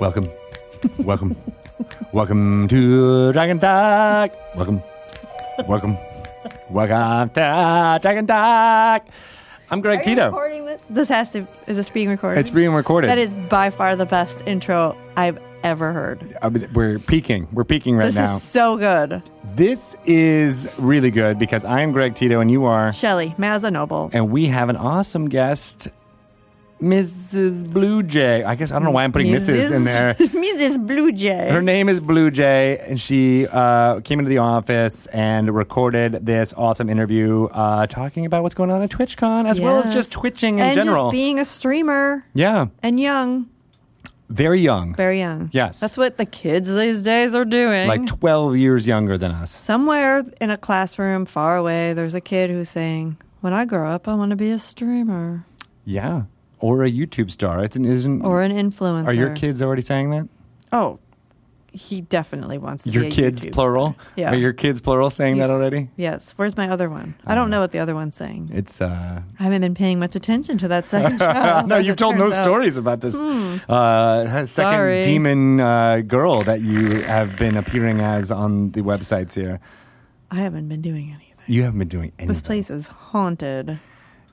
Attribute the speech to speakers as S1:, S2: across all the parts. S1: Welcome, welcome, welcome to Dragon Talk. Welcome, welcome, welcome to Dragon Talk. I'm Greg
S2: Are you
S1: Tito.
S2: recording this? This has to. Is this being recorded?
S1: It's being recorded.
S2: That is by far the best intro I've ever heard.
S1: I mean, we're peaking. We're peaking right
S2: This
S1: now.
S2: is so good,
S1: this is really good because I am Greg Tito and you are,
S2: Shelly Mazanoble.
S1: and we have an awesome guest, Mrs. Blue Jay. I guess I don't know why I'm putting Mrs. in there.
S2: Mrs. Blue Jay.
S1: Her name is Blue Jay, and she uh, came into the office and recorded this awesome interview uh, talking about what's going on at TwitchCon, as well as
S2: Yes.
S1: just twitching in
S2: and
S1: general.
S2: just being a streamer
S1: yeah,
S2: and young,
S1: very young,
S2: very young.
S1: Yes.
S2: that's what the kids these days are doing.
S1: like 12 years younger than us.
S2: somewhere in a classroom far away, there's a kid who's saying, "When I grow up, I want to be a streamer
S1: Yeah, or a YouTube star. It's an, isn't
S2: or an influencer."
S1: are your kids already saying that?
S2: Oh, he definitely wants to
S1: Your
S2: be a
S1: kids
S2: YouTube
S1: plural.
S2: star. Yeah.
S1: Are your kids plural saying that
S2: He's-
S1: already?
S2: Yes. Where's my other one? I
S1: Uh,
S2: don't know what the other one's saying.
S1: It's uh
S2: I haven't been paying much attention to that second show.
S1: no,
S2: as
S1: you've
S2: it
S1: told no
S2: turns out. Hmm.
S1: stories about this uh, second
S2: Sorry.
S1: demon uh, girl that you have been appearing as on the websites here.
S2: I haven't been doing anything.
S1: You haven't been doing anything.
S2: This place is haunted.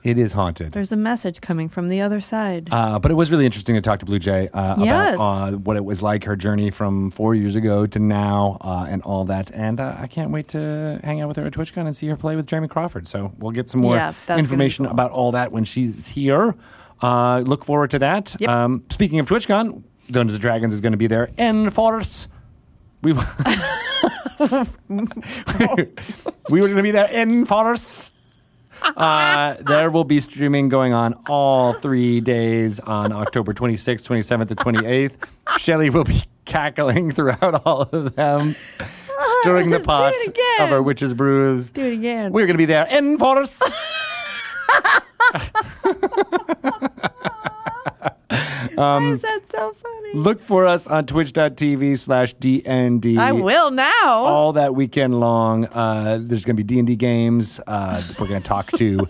S1: It is haunted.
S2: There's a message coming from the other side.
S1: Uh, but it was really interesting to talk to Blue Jay uh,
S2: Yes.
S1: about uh, what it was like, her journey from four years ago to now, uh, and all that. And uh, I can't wait to hang out with her at TwitchCon and see her play with Jeremy Crawford. So we'll get some more
S2: Yeah, that's gonna be
S1: information
S2: cool.
S1: about all that when she's here. Uh, look forward to that.
S2: Yep.
S1: Um, speaking of TwitchCon, Dungeons and Dragons is going to be there in force. We w- we were going to be there in force. Uh, there will be streaming going on all three days on October 26th, 27th, and 28th. Shelly will be cackling throughout all of them, stirring the
S2: Do it
S1: pot
S2: again.
S1: of our witch's brews.
S2: Do it again.
S1: We're going to be there in force. Um,
S2: Why is that so funny?
S1: Look for us on twitch.tv slash DND.
S2: I will now.
S1: all that weekend long. Uh, there's going to be D and D games. Uh, we're going to talk to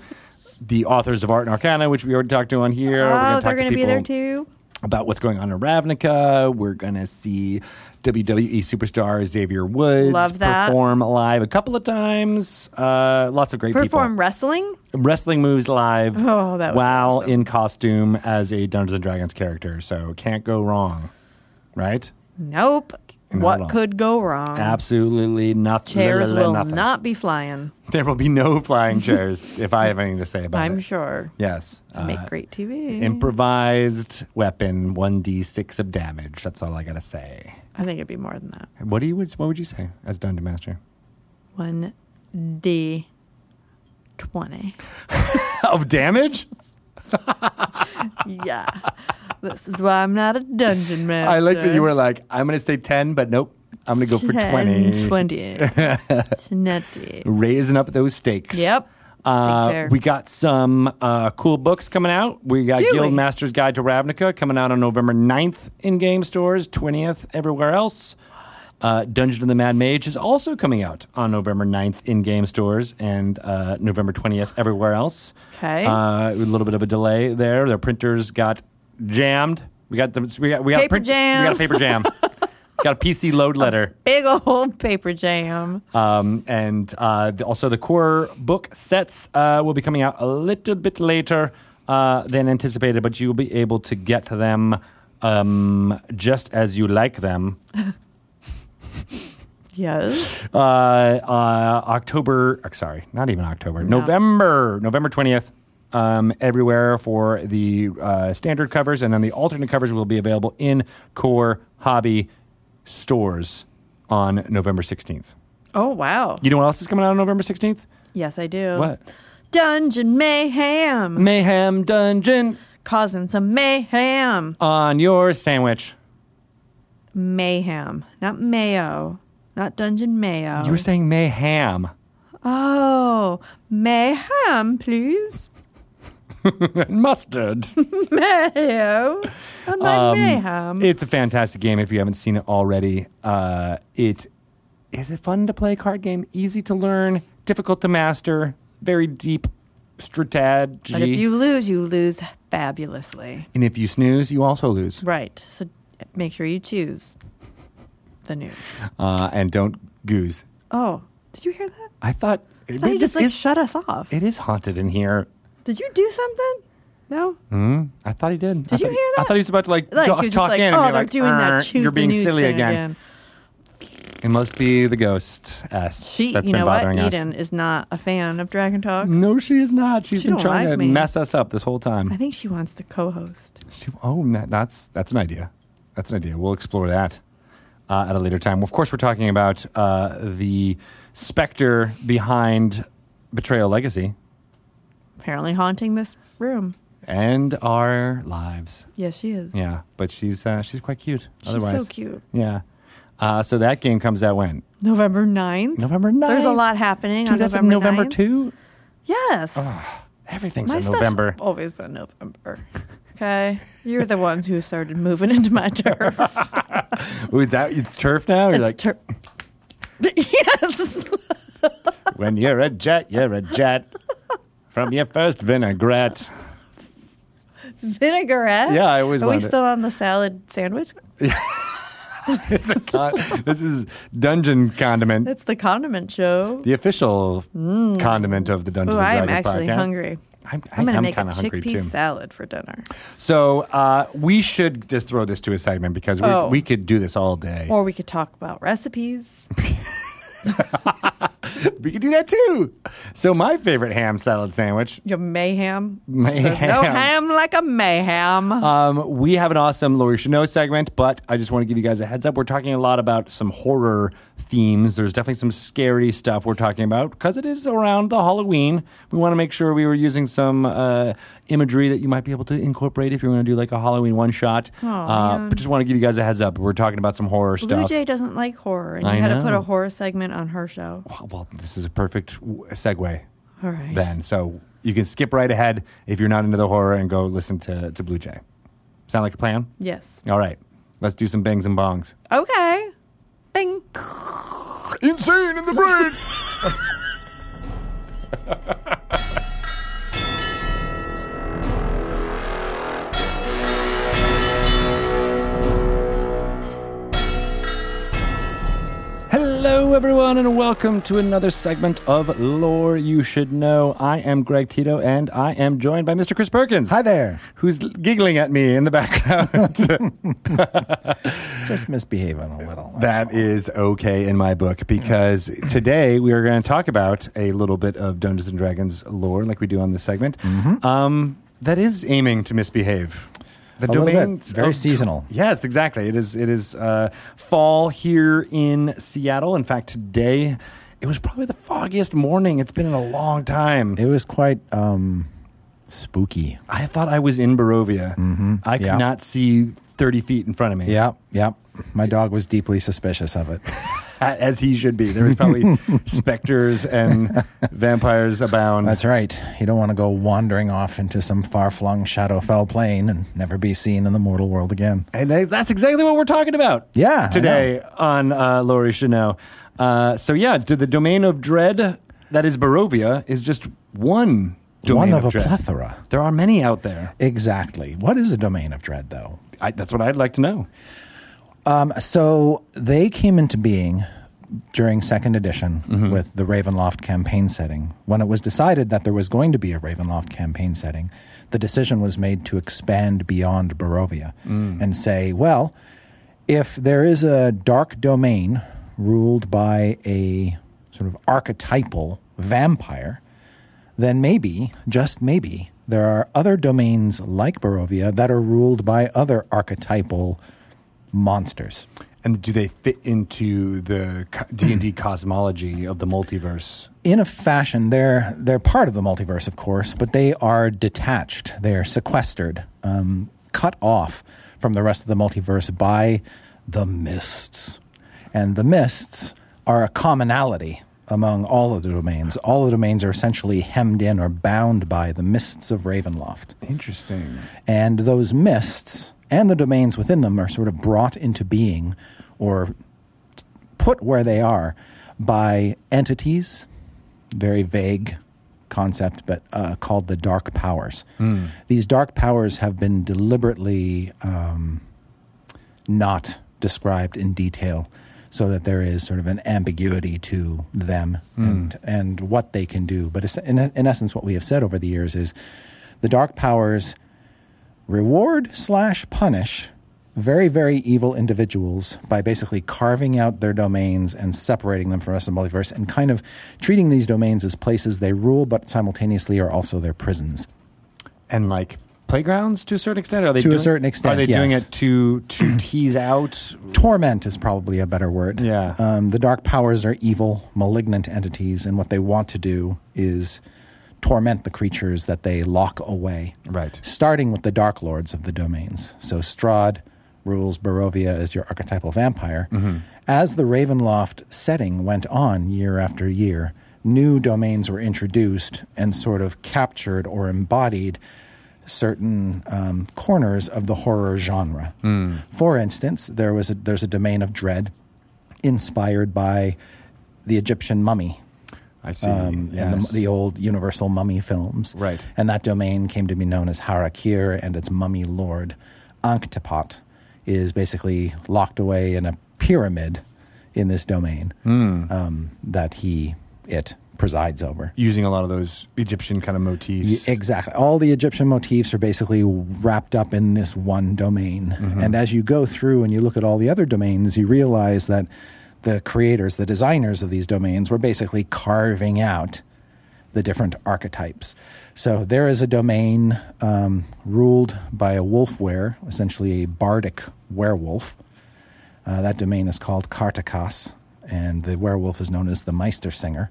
S1: the authors of Art and Arcana, which we already talked to on here. we're
S2: oh,
S1: gonna
S2: they're
S1: talk
S2: going
S1: to
S2: to be there
S1: people
S2: too.
S1: about what's going on in Ravnica. We're going to see WWE superstar Xavier Woods
S2: Love that.
S1: perform live a couple of times. Uh, lots of great
S2: Perform
S1: people.
S2: wrestling?
S1: Wrestling moves live
S2: Oh, that would be
S1: while
S2: awesome.
S1: in costume as a Dungeons and Dragons character. So can't go wrong, right?
S2: Nope.
S1: Not at all.
S2: What could go wrong?
S1: Absolutely nothing.
S2: Chairs
S1: literally
S2: will
S1: nothing.
S2: not be flying,
S1: There will be no flying chairs if I have anything to say about it.
S2: I'm sure.
S1: Yes.
S2: Make
S1: Uh,
S2: great TV.
S1: Improvised weapon, 1d6 of damage. That's all I got to say.
S2: I think it'd be more than that.
S1: What, do you, what would you say as Dungeon Master?
S2: One D twenty.
S1: of damage?
S2: Yeah. this is why I'm not a dungeon master.
S1: I like that you were like, I'm going to say 10, but nope. I'm going to go for 20.
S2: 20. 20.
S1: Raising up those stakes.
S2: Yep.
S1: Uh,
S2: chair.
S1: we got some uh, cool books coming out. We got
S2: Do we?
S1: Guildmaster's Guide to Ravnica coming out on November 9th in game stores, 20th everywhere else. Uh, Dungeon of the Mad Mage is also coming out on November 9th in game stores and uh, November 20th everywhere else.
S2: Okay.
S1: Uh, a little bit of a delay there. Their printers got jammed. We got the we got we got a
S2: Paper jam.
S1: We got a paper jam. got a PC load letter.
S2: Big old paper jam.
S1: Um, and uh, the- also, the core book sets uh, will be coming out a little bit later uh, than anticipated, but you'll be able to get them um, just as you like them.
S2: Yes.
S1: Uh, uh, October, uh, sorry, not even October, November, November 20th. Um, everywhere for the uh, standard covers, and then the alternate covers will be available in core hobby stores on November 16th.
S2: Oh, wow.
S1: You know what else is coming out on November 16th?
S2: Yes, I do.
S1: What?
S2: Dungeon mayhem.
S1: Mayhem Dungeon
S2: Causing some mayhem.
S1: on your sandwich.
S2: Mayhem. Not mayo. Not dungeon mayo.
S1: You were saying mayhem.
S2: oh, mayhem, please.
S1: Mustard.
S2: Mayo. On my
S1: Um,
S2: mayhem.
S1: it's a fantastic game if you haven't seen it already. Uh, it is a fun to play card game, easy to learn, difficult to master, very deep strategy.
S2: But if you lose, you lose fabulously.
S1: and if you snooze, you also lose.
S2: Right. So make sure you choose the news.
S1: Uh, and don't goose.
S2: Oh, did you hear that?
S1: I thought
S2: I thought you
S1: this
S2: just like
S1: is-
S2: shut us off.
S1: it is haunted in here.
S2: Did you do something? No.
S1: Mm, I thought he did. Did
S2: you hear
S1: I
S2: that?
S1: thought he was about to like,
S2: Like
S1: jo-
S2: he was just
S1: talk
S2: like,
S1: in. and
S2: oh,
S1: you're
S2: they're
S1: like,
S2: doing
S1: "Er,
S2: that. Choose
S1: You're being
S2: the news
S1: silly
S2: thing
S1: again.
S2: again.
S1: It must be the ghost S
S2: She,
S1: that's
S2: you
S1: been
S2: know what?
S1: bothering us. Mm.
S2: Eden is not a fan of Dragon Talk.
S1: No, she is not. She's
S2: She
S1: been
S2: don't
S1: trying
S2: like
S1: to
S2: me.
S1: mess us up this whole
S2: I
S1: time.
S2: think she wants to co-host.
S1: She, oh, that, that's that's an idea. That's an idea. We'll explore that uh, at a later time. Of course, we're talking about uh, the specter behind Betrayal Legacy
S2: Apparently haunting this room.
S1: and our lives.
S2: Yes, she is.
S1: Yeah, but she's uh, she's quite cute.
S2: She's
S1: otherwise,
S2: so cute.
S1: yeah. Uh, so that game comes out when
S2: November 9th.
S1: November 9th?
S2: There's a lot happening
S1: Dude,
S2: on
S1: that's
S2: November
S1: in November Oh.
S2: 9th.
S1: too.
S2: Yes.
S1: Everything's in
S2: stuff's
S1: November.
S2: always been November. Okay. You're the ones who started moving into my turf.
S1: Ooh, is that it's turf now? Oh, You're
S2: It's
S1: like
S2: tur- yes.
S1: when you're a jet, you're a jet. From your first vinaigrette.
S2: Vinaigrette.
S1: Yeah, I always
S2: Are we
S1: wanted.
S2: still on the salad sandwich?
S1: It's a con- this is dungeon condiment,
S2: That's the condiment show.
S1: the official condiment of the Dungeons
S2: Oh,
S1: and
S2: I am
S1: Dragons
S2: Mm. actually
S1: podcast.
S2: hungry.
S1: I'm, I
S2: I'm going to
S1: am
S2: make a
S1: kinda hungry
S2: chickpea
S1: too.
S2: salad for dinner.
S1: So uh, we should just throw this to a segment because we,
S2: Oh.
S1: we could do this all day.
S2: Or we could talk about recipes.
S1: we could do that too. So my favorite ham salad sandwich,
S2: Your mayhem. There's
S1: mayhem.
S2: no ham like a mayhem.
S1: Um, we have an awesome Laurie Chanel segment, but I just want to give you guys a heads up. We're talking a lot about some horror themes. There's definitely some scary stuff we're talking about because it is around the Halloween. We want to make sure we were using some uh, imagery that you might be able to incorporate if you're going to do like a Halloween one shot. uh,
S2: man.
S1: but just want to give you guys a heads up. We're talking about some horror
S2: Blue
S1: stuff.
S2: Jay doesn't like horror, and you
S1: I
S2: had to put
S1: know.
S2: a horror segment on her show.
S1: Well, well, this is a perfect w- segue
S2: All right.
S1: then. So you can skip right ahead if you're not into the horror and go listen to, to Blue Jay. Sound like a plan?
S2: Yes.
S1: All right. Let's do some bangs and bongs.
S2: Okay. Bing.
S1: Insane in the brain. Hello, everyone, and welcome to another segment of Lore You Should Know. I am Greg Tito, and I am joined by Mr. Chris Perkins.
S3: Hi there.
S1: Who's giggling at me in the background?
S3: Just misbehaving a little.
S1: That is okay in my book because today we are going to talk about a little bit of Dungeons and Dragons lore, like we do on this segment.
S3: Mm-hmm.
S1: Um, that is aiming to misbehave. The
S3: A little bit.
S1: domains
S3: Very
S1: of-
S3: seasonal.
S1: Yes, exactly. It is. It is uh, fall here in Seattle. In fact, today it was probably the foggiest morning it's been in a long time.
S3: It was quite um, spooky.
S1: I thought I was in Barovia. I could
S3: Mm-hmm. Yeah.
S1: not see thirty feet in front of me.
S3: Yep, yep. My dog was deeply suspicious of it.
S1: as he should be. There was probably specters and vampires abound.
S3: That's right. You don't want to go wandering off into some far flung shadow fell plane and never be seen in the mortal world again.
S1: and that- that's exactly what we're talking about.
S3: Yeah, I
S1: today on uh, Laurie Chanel. Uh, so yeah, to the domain of dread that is Barovia is just one domain
S3: One of, a
S1: dread.
S3: plethora.
S1: There are many out there.
S3: Exactly. What is a domain of dread, though?
S1: I, that's what I'd like to know.
S3: Um, so they came into being during second edition with the Ravenloft campaign setting. When it was decided that there was going to be a Ravenloft campaign setting, the decision was made to expand beyond Barovia and say, well, if there is a dark domain ruled by a sort of archetypal vampire, then maybe, just maybe, there are other domains like Barovia that are ruled by other archetypal monsters.
S1: And do they fit into the D and D cosmology of the multiverse?
S3: in a fashion, they're they're part of the multiverse, of course, but they are detached. They are sequestered, um, cut off from the rest of the multiverse by the mists, and the mists are a commonality among all of the domains. All the domains are essentially hemmed in or bound by the mists of Ravenloft.
S1: Interesting.
S3: And those mists and the domains within them are sort of brought into being or t- put where they are by entities, very vague concept, but uh, called the dark powers. These dark powers have been deliberately um, not described in detail so that there is sort of an ambiguity to them and, and what they can do. But es- in, in essence, what we have said over the years is the dark powers reward slash punish very, very evil individuals by basically carving out their domains and separating them from the rest of the multiverse and kind of treating these domains as places they rule, but simultaneously are also their prisons.
S1: and like playgrounds to a certain extent? Are they
S3: To a
S1: doing-
S3: certain
S1: Are
S3: extent,
S1: they doing
S3: yes.
S1: it to to tease out?
S3: Torment is probably a better word.
S1: Yeah.
S3: Um, the dark powers are evil, malignant entities, and what they want to do is torment the creatures that they lock away.
S1: Right.
S3: starting with the Dark Lords of the domains. So Strahd rules Barovia as your archetypal vampire. As the Ravenloft setting went on year after year, new domains were introduced and sort of captured or embodied certain um, corners of the horror genre. For instance, there was a, there's a domain of dread inspired by the Egyptian mummy
S1: I see.
S3: um, and
S1: Yes.
S3: the, the old Universal mummy films.
S1: Right.
S3: And that domain came to be known as Harakir and its mummy lord, Ankhtapat, is basically locked away in a pyramid in this domain
S1: Hmm.
S3: um, that he, it, presides over.
S1: using a lot of those Egyptian kind of
S3: Y-
S1: motifs.
S3: Exactly. All the Egyptian motifs are basically wrapped up in this one domain. And as you go through and you look at all the other domains, you realize that the creators, the designers of these domains were basically carving out the different archetypes. So there is a domain um, ruled by a wolf were, essentially a bardic werewolf. Uh, that domain is called Kartakas, and the werewolf is known as the Meister Singer.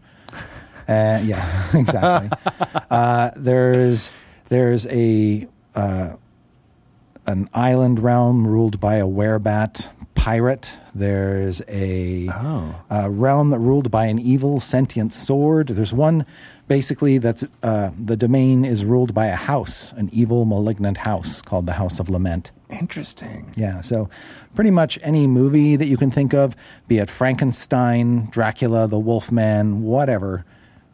S3: Uh, yeah, exactly. uh, there's there's a uh, an island realm ruled by a werebat pirate. There's a
S1: Oh.
S3: a realm that ruled by an evil sentient sword. There's one basically that's uh, the domain is ruled by a house, an evil malignant house called the House of Lament.
S1: Interesting.
S3: Yeah, so pretty much any movie that you can think of, be it Frankenstein, Dracula, The Wolfman, whatever,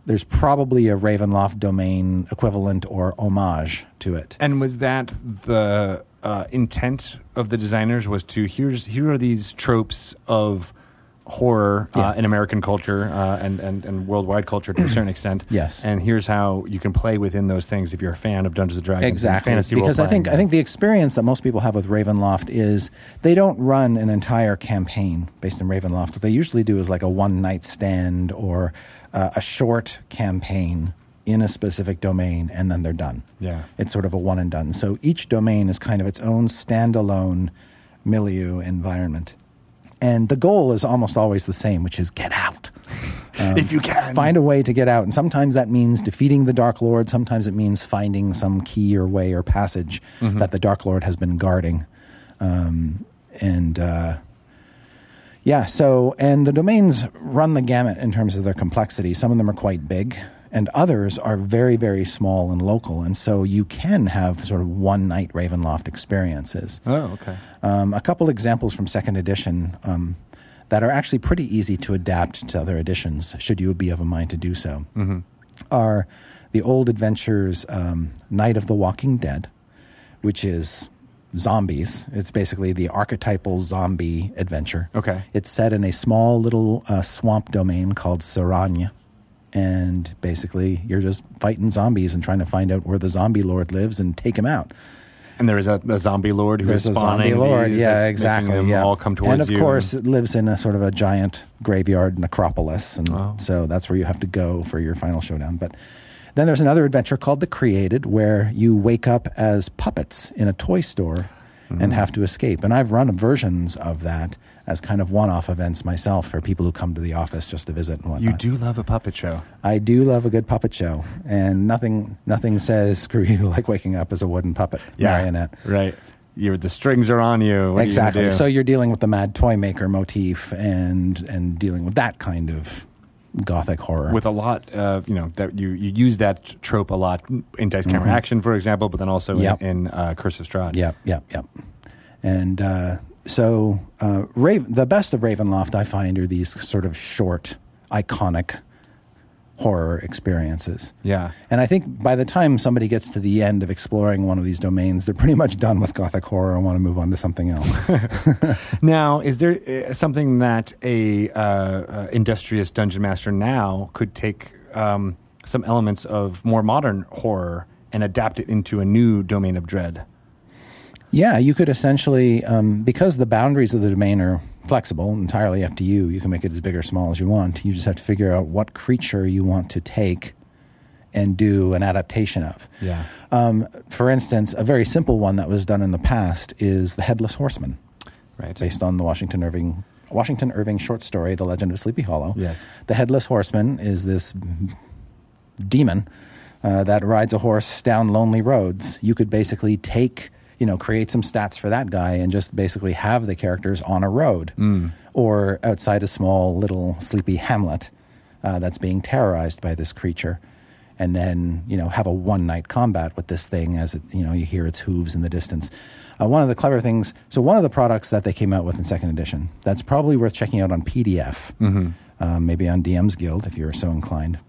S3: there's probably a Ravenloft domain equivalent or homage to it.
S1: And was that the uh, intent of the designers? Was to here's here are these tropes of horror uh, in American culture uh, and, and and worldwide culture to a certain extent.
S3: Yes.
S1: And here's how you can play within those things if you're a fan of Dungeons and Dragons. and
S3: Exactly,
S1: fantasy
S3: because I
S1: role-playing.
S3: think I think the experience that most people have with Ravenloft is they don't run an entire campaign based in Ravenloft. What they usually do is like a one night stand or uh, a short campaign in a specific domain, and then they're done.
S1: Yeah.
S3: it's sort of a one and done. So each domain is kind of its own standalone milieu environment, and the goal is almost always the same, which is get out. um,
S1: if you can
S3: Find a way to get out. And sometimes that means defeating the Dark Lord. Sometimes it means finding some key or way or passage that the Dark Lord has been guarding. Um, and uh, yeah, so, and the domains run the gamut in terms of their complexity. Some of them are quite big, and others are very, very small and local. And so you can have sort of one night Ravenloft experiences.
S1: Oh, okay.
S3: Um, a couple examples from second edition um, that are actually pretty easy to adapt to other editions, should you be of a mind to do so, are the old adventures um, Night of the Walking Dead, which is zombies. It's basically the archetypal zombie adventure.
S1: Okay.
S3: It's set in a small little uh, swamp domain called Saranya. And basically, you're just fighting zombies and trying to find out where the zombie lord lives and take him out.
S1: And there is a, a zombie lord who is
S3: There's a
S1: spawning
S3: zombie lord.
S1: these that's
S3: Yeah,
S1: making
S3: exactly.
S1: them
S3: Yeah,
S1: all come towards
S3: and of
S1: you.
S3: course, it lives in a sort of a giant graveyard necropolis, and
S1: Wow.
S3: so that's where you have to go for your final showdown. But then there's another adventure called The Created, where you wake up as puppets in a toy store
S1: Mm-hmm.
S3: and have to escape. And I've run versions of that as kind of one-off events myself for people who come to the office just to visit and whatnot.
S1: you do love a puppet show.
S3: I do love a good puppet show, and nothing nothing says screw you like waking up as a wooden puppet marionette.
S1: Right. You're, the strings are on you. What are you gonna
S3: exactly.
S1: do?
S3: so you're dealing with the mad toy maker motif and and dealing with that kind of gothic horror.
S1: with a lot of you know that you, you use that trope a lot in dice camera action, for example, but then also
S3: Mm-hmm. Yep.
S1: in, in uh, Curse of Strahd.
S3: yep, yep, yep. And uh, so uh, Raven, the best of Ravenloft, I find, are these sort of short, iconic horror experiences.
S1: Yeah.
S3: And I think by the time somebody gets to the end of exploring one of these domains, they're pretty much done with Gothic horror and want to move on to something else.
S1: Now, is there uh, something that a uh, uh, industrious dungeon master now could take um, some elements of more modern horror and adapt it into a new domain of dread?
S3: yeah, you could essentially, um, because the boundaries of the domain are flexible, entirely up to you, you can make it as big or small as you want. You just have to figure out what creature you want to take and do an adaptation of.
S1: Yeah.
S3: Um, for instance, a very simple one that was done in the past is the Headless Horseman,
S1: Right.
S3: based on the Washington Irving Washington Irving short story, The Legend of Sleepy Hollow.
S1: Yes.
S3: The Headless Horseman is this demon uh, that rides a horse down lonely roads. You could basically take, you know, create some stats for that guy and just basically have the characters on a road or outside a small little sleepy hamlet uh, that's being terrorized by this creature. And then, you know, have a one night combat with this thing as it, you know, you hear its hooves in the distance. Uh, one of the clever things, so one of the products that they came out with in second edition, that's probably worth checking out on PDF, um, maybe on DM's Guild if you're so inclined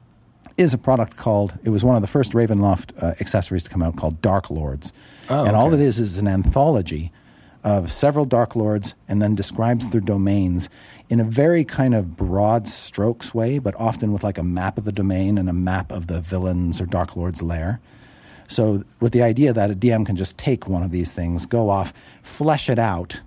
S3: is a product called it was one of the first ravenloft uh, accessories to come out called dark lords
S1: Oh,
S3: and all
S1: okay.
S3: it is is an anthology of several dark lords and then describes their domains in a very kind of broad strokes way but often with like a map of the domain and a map of the villains or dark lord's lair so with the idea that a dm can just take one of these things go off flesh it out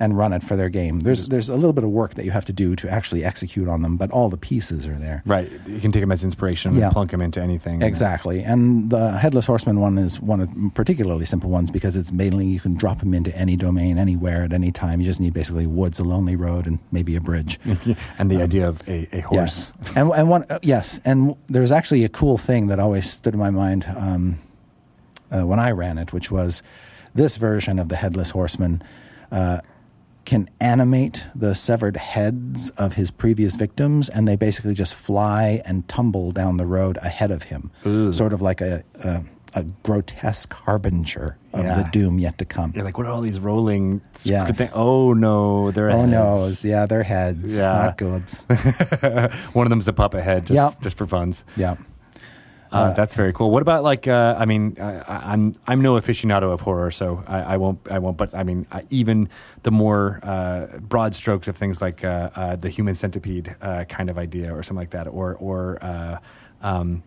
S3: and run it for their game there's, there's a little bit of work that you have to do to actually execute on them but all the pieces are there
S1: Right. You can take them as inspiration and
S3: Yeah.
S1: plunk them into anything.
S3: Exactly. And the Headless Horseman one is one of the particularly simple ones because it's mainly you can drop them into any domain, anywhere, at any time. You just need basically woods, a lonely road, and maybe a bridge.
S1: And the idea of a, a horse.
S3: Yes. And, and one, uh, yes. And there's actually a cool thing that always stood in my mind um, uh, when I ran it, which was this version of the Headless Horseman uh, can animate the severed heads of his previous victims, and they basically just fly and tumble down the road ahead of him, sort of like a, a, a grotesque harbinger of
S1: Yeah.
S3: the doom yet to come.
S1: You're like, what are all these rolling? s-
S3: Yes.
S1: good thing- Oh no, they're
S3: Oh
S1: heads.
S3: no! Yeah, their heads,
S1: Yeah.
S3: not goods.
S1: One of them's a puppet head, just,
S3: Yeah.
S1: just for funs.
S3: yeah.
S1: Uh, that's very cool. What about like? Uh, I mean, I, I- I'm I'm no aficionado of horror, so I, I won't I won't. But I mean, I, even the more uh, broad strokes of things like uh, uh, the human centipede uh, kind of idea, or something like that, or or uh, um,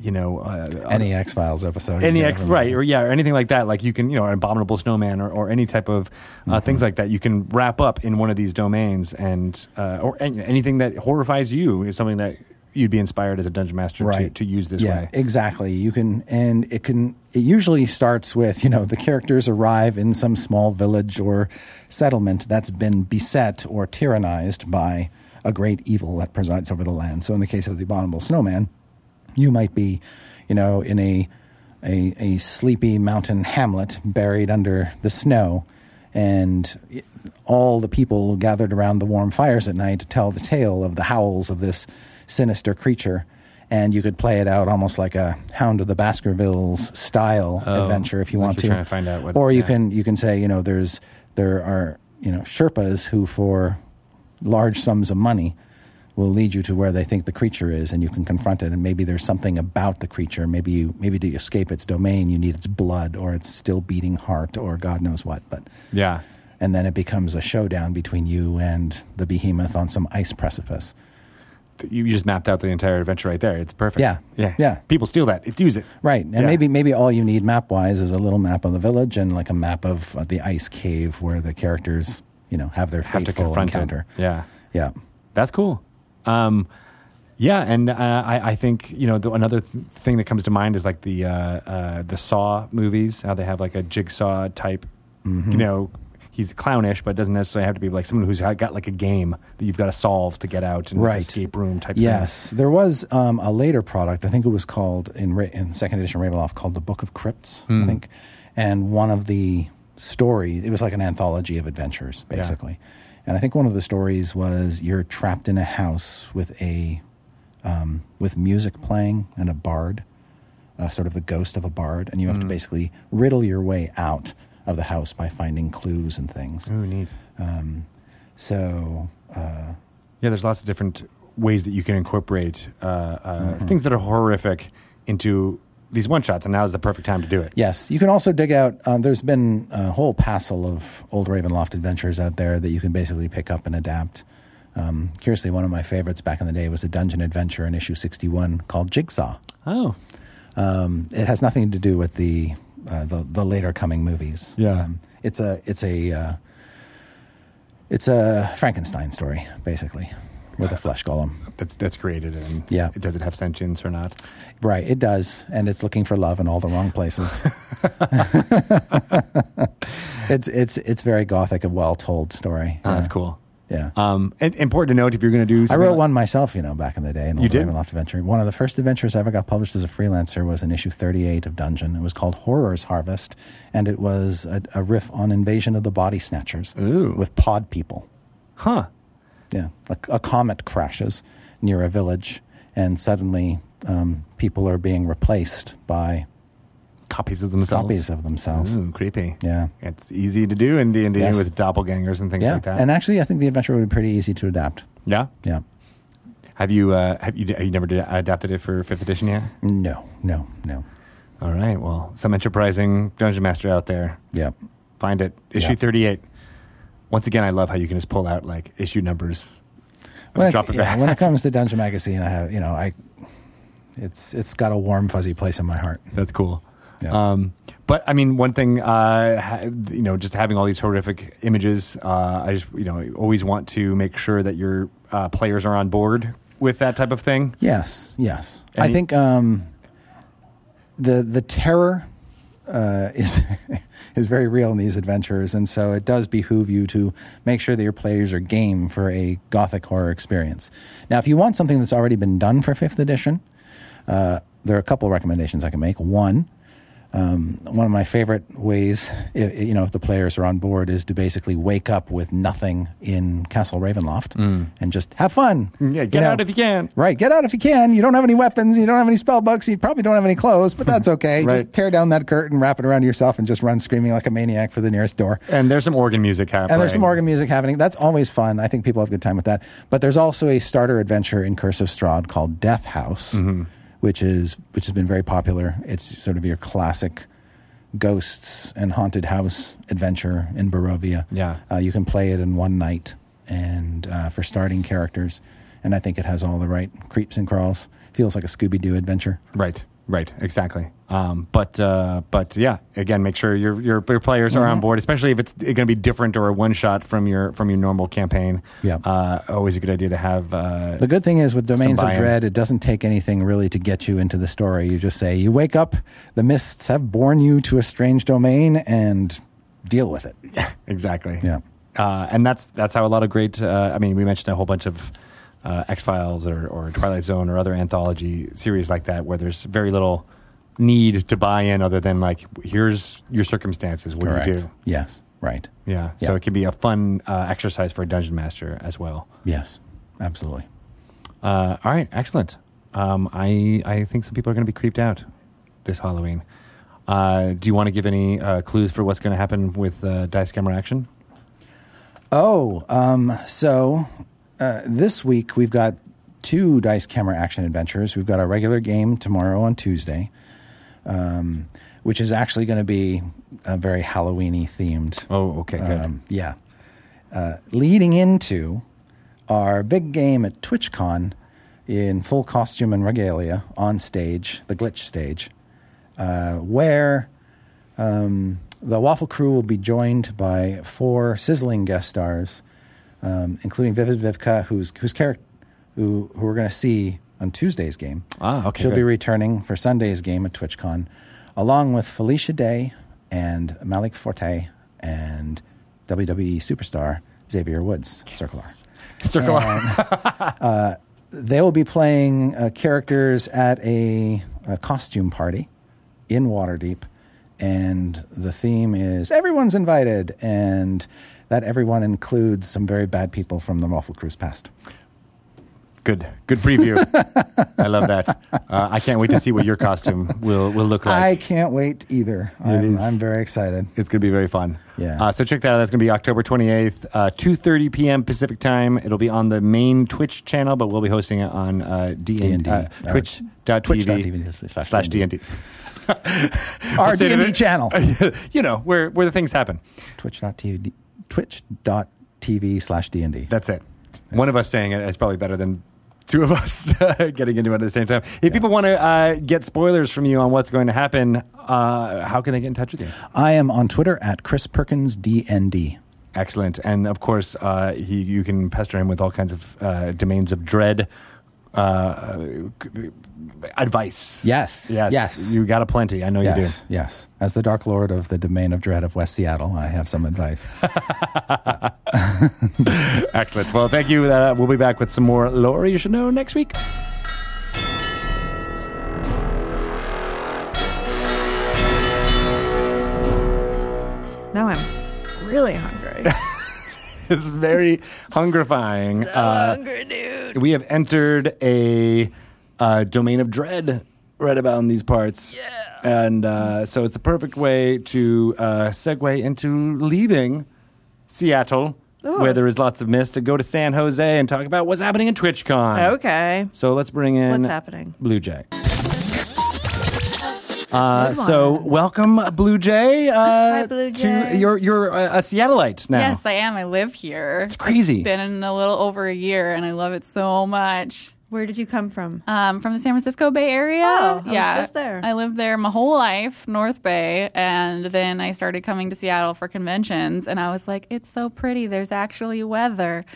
S1: you know, uh,
S3: Any X Files episode.
S1: any
S3: you
S1: ex,
S3: never
S1: right or yeah or anything like that like you can you know an abominable snowman or, or any type of uh,
S3: Mm-hmm.
S1: things like that you can wrap up in one of these domains and uh, or any, anything that horrifies you is something that you'd be inspired as a dungeon master to, to use this
S3: yeah,
S1: way
S3: Exactly. You can, and it can. It usually starts with you know the characters arrive in some small village or settlement that's been beset or tyrannized by a great evil that presides over the land. So in the case of the abominable snowman, you might be, you know, in a a, a sleepy mountain hamlet buried under the snow. And it- all the people gathered around the warm fires at night to tell the tale of the howls of this sinister creature. And you could play it out almost like a Hound of the Baskervilles style adventure if you
S1: Oh, like
S3: want
S1: you're
S3: to.
S1: trying to find out what-
S3: or you
S1: yeah.
S3: can you can say you know there's there are you know Sherpas who for large sums of money will lead you to where they think the creature is, and you can confront it. And maybe there's something about the creature. Maybe you, maybe to escape its domain, you need its blood or its still beating heart or God knows what. But
S1: yeah
S3: and then it becomes a showdown between you and the behemoth on some ice precipice.
S1: you you just mapped out the entire adventure right there it's perfect
S3: Yeah.
S1: yeah
S3: Yeah.
S1: people steal that it's use it
S3: Right, and
S1: Yeah.
S3: maybe maybe all you need map wise is a little map of the village and like a map of uh, the ice cave where the characters you know have their
S1: have to
S3: fateful
S1: confront
S3: encounter.
S1: it yeah
S3: Yeah.
S1: That's cool. Um, yeah, and uh, I, I think you know the, another th- thing that comes to mind is like the uh, uh, the Saw movies. How they have like a jigsaw type,
S3: Mm-hmm.
S1: you know, he's clownish, but doesn't necessarily have to be like someone who's ha- got like a game that you've got to solve to get out and
S3: Right.
S1: escape room type.
S3: Yes, there was um, a later product. I think it was called in Ra- in second edition Ravenloft called the Book of Crypts. I think, and one of the stories it was like an anthology of adventures basically, and I think one of the stories was you're trapped in a house with a um, with music playing and a bard, uh, sort of the ghost of a bard, and you have to basically riddle your way out of the house by finding clues
S1: Mm.
S3: and things.
S1: thing. Ooh, neat.
S3: So. Uh,
S1: Yeah, there's lots of different ways that you can incorporate uh, uh,
S3: Mm-hmm.
S1: things that are horrific into these one shots, and now is the perfect time to do it.
S3: Yes, you can also dig out. Uh, there's been a whole passel of old Ravenloft adventures out there that you can basically pick up and adapt. Um, curiously, one of my favorites back in the day was a dungeon adventure in issue 61 called Jigsaw.
S1: Oh,
S3: Um, it has nothing to do with the uh, the, the later coming movies.
S1: Yeah.
S3: um, it's a it's a uh, it's a Frankenstein story basically with a flesh golem.
S1: that's that's created, and
S3: Yeah.
S1: does it have sentience or not?
S3: Right, it does, and it's looking for love in all the wrong places. it's it's it's very gothic and well told story.
S1: Oh, that's cool.
S3: Yeah.
S1: Um, and, important to note if you're going to do.
S3: I
S1: something
S3: wrote
S1: like-
S3: one myself, you know, back in the day. An
S1: You
S3: old
S1: did?
S3: Ravenloft adventure. One of the first adventures I ever got published as a freelancer was in issue 38 of Dungeon. It was called Horror's Harvest, and it was a, a riff on Invasion of the Body Snatchers
S1: Ooh.
S3: with pod people.
S1: huh?
S3: Yeah, a, a comet crashes near a village, and suddenly um, people are being replaced by
S1: Copies of themselves.
S3: copies of themselves.
S1: Ooh, creepy.
S3: Yeah.
S1: It's easy to do in D and D
S3: Yes.
S1: with doppelgangers and things
S3: Yeah,
S1: like that.
S3: and actually, I think the adventure would be pretty easy to adapt.
S1: yeah.
S3: Yeah.
S1: Have you uh, have you have you never did, adapted it for fifth edition yet?
S3: No, no, no.
S1: All right. Well, some enterprising dungeon master out there,
S3: Yeah.
S1: find it. Issue
S3: Yeah.
S1: thirty-eight. Once again, I love how you can just pull out like issue numbers.
S3: When
S1: drop
S3: it,
S1: it
S3: yeah,
S1: back.
S3: when it comes to Dungeon Magazine, I have you know I, it's it's got a warm fuzzy place in my heart.
S1: That's cool.
S3: Yeah.
S1: Um, but I mean, one thing, uh, ha- you know, just having all these horrific images, uh, I just, you know, always want to make sure that your uh, players are on board with that type of thing.
S3: Yes, yes.
S1: Any-
S3: I think um, the the terror uh, is is very real in these adventures, and so it does behoove you to make sure that your players are game for a gothic horror experience. Now, if you want something that's already been done for fifth edition, uh, there are a couple recommendations I can make. One. Um, one of my favorite ways, i i- you know, if the players are on board, is to basically wake up with nothing in Castle Ravenloft and just have fun.
S1: Mm. Yeah, get out if you can.
S3: Right. Get out if you can. You don't have any weapons. You don't have any spell books. You probably don't have any clothes, but that's okay.
S1: Right.
S3: Just tear down that curtain, wrap it around yourself, and just run screaming like a maniac for the nearest door.
S1: And there's some organ music happening.
S3: And there's some organ music happening. That's always fun. I think people have a good time with that. But there's also a starter adventure in Curse of Strahd called Death House, which is which has been very popular. It's sort of your classic ghosts and haunted house adventure in Barovia.
S1: Yeah.
S3: Uh, you can play it in one night, and uh, for starting characters, and I think it has all the right creeps and crawls. Feels like a Scooby Doo adventure.
S1: Right, right, exactly. Um, but uh, but yeah, again, make sure your your, your players are
S3: Mm-hmm.
S1: on board, especially if it's going to be different or a one shot from your from your normal campaign.
S3: Yeah.
S1: uh, always a good idea to have. Uh,
S3: The good thing is with Domains
S1: Some
S3: of
S1: buy-in.
S3: Dread, it doesn't take anything really to get you into the story. You just say, you wake up, the mists have borne you to a strange domain, and deal with it.
S1: exactly.
S3: Yeah.
S1: uh, and that's that's how a lot of great. Uh, I mean, we mentioned a whole bunch of uh, X Files or, or Twilight Zone or other anthology series like that, where there's very little need to buy in, other than like here's your circumstances, what do you do.
S3: Yes. Right.
S1: Yeah.
S3: Yeah.
S1: so it can be a fun uh, exercise for a dungeon master as well.
S3: Yes. Absolutely.
S1: Uh, all right, excellent. Um, I I think some people are going to be creeped out this Halloween. Uh, do you want to give any uh, clues for what's going to happen with uh, dice camera action?
S3: Oh, um, so uh, this week we've got two dice camera action adventures. We've got our regular game tomorrow on Tuesday, um, which is actually going to be a very Halloweeny themed
S1: Oh, okay, good.
S3: Um, yeah. Uh, leading into our big game at TwitchCon in full costume and regalia on stage, the glitch stage, uh, where um, the Waffle Crew will be joined by four sizzling guest stars, um, including Vivid Vivka, who's, whose character, who, who we're going to see on Tuesday's game.
S1: Ah, okay,
S3: She'll
S1: good.
S3: be returning for Sunday's game at TwitchCon, along with Felicia Day and Malik Forte and WWE superstar Xavier Woods, Circle R. uh,
S1: Circle.
S3: They will be playing uh, characters at a, a costume party in Waterdeep, and the theme is everyone's invited, and that everyone includes some very bad people from the Waffle Cruise past.
S1: Good, good preview. I love that. Uh, I can't wait to see what your costume will will look like.
S3: I can't wait either. I'm,
S1: is.
S3: I'm very excited.
S1: It's going to be very fun.
S3: Yeah.
S1: Uh, so check that out. That's going to be October 28th, uh, 2.30 p.m. Pacific time. It'll be on the main Twitch channel, but we'll be hosting it on uh, DN,
S3: D&D,
S1: uh,
S3: uh,
S1: twitch.tv
S3: twitch.tv slash
S1: slash
S3: D&D.
S1: DND.
S3: Our
S1: State of
S3: D&D
S1: it.
S3: channel.
S1: you know, where, where the things happen.
S3: Twitch.tv, twitch.tv slash D&D.
S1: That's it. One of us saying it is probably better than two of us uh, getting into it at the same time. If people want to uh, get spoilers from you on what's going to happen, uh, how can they get in touch with you?
S3: I am on Twitter at Chris Perkins DND.
S1: Excellent. And of course, uh, he, you can pester him with all kinds of uh, domains of dread uh, c- advice.
S3: Yes.
S1: Yes.
S3: Yes.
S1: You got a plenty. I know you do.
S3: yes. Yes. As the Dark Lord of the Domain of Dread of West Seattle, I have some advice.
S1: Excellent. Well, thank you. Uh, we'll be back with some more lore you should know next week.
S2: Now I'm really hungry.
S1: It's very hungrifying. Uh,
S2: hungry, dude.
S1: we have entered a uh, domain of dread right about in these parts. Yeah. And uh, so it's a perfect way to uh, segue into leaving Seattle,
S2: Oh.
S1: where there is lots of mist, to go to San Jose and talk about what's happening in TwitchCon.
S2: Okay.
S1: So let's bring in
S2: Oh. What's happening?
S1: Blue Jay. Uh,
S2: Good
S1: so
S2: one.
S1: welcome, Blue Jay. Uh,
S2: Hi, Blue
S1: To,
S2: Jay.
S1: you're you're uh, a Seattleite now.
S4: Yes, I am. I live here. It's
S1: crazy.
S4: Been in a little over a year, and I love it so much.
S2: Where did you come from?
S4: Um, from the San Francisco Bay Area.
S2: Oh, I was just there.
S4: I lived there my whole life, North Bay, and then I started coming to Seattle for conventions, and I was like, "It's so pretty. There's actually weather."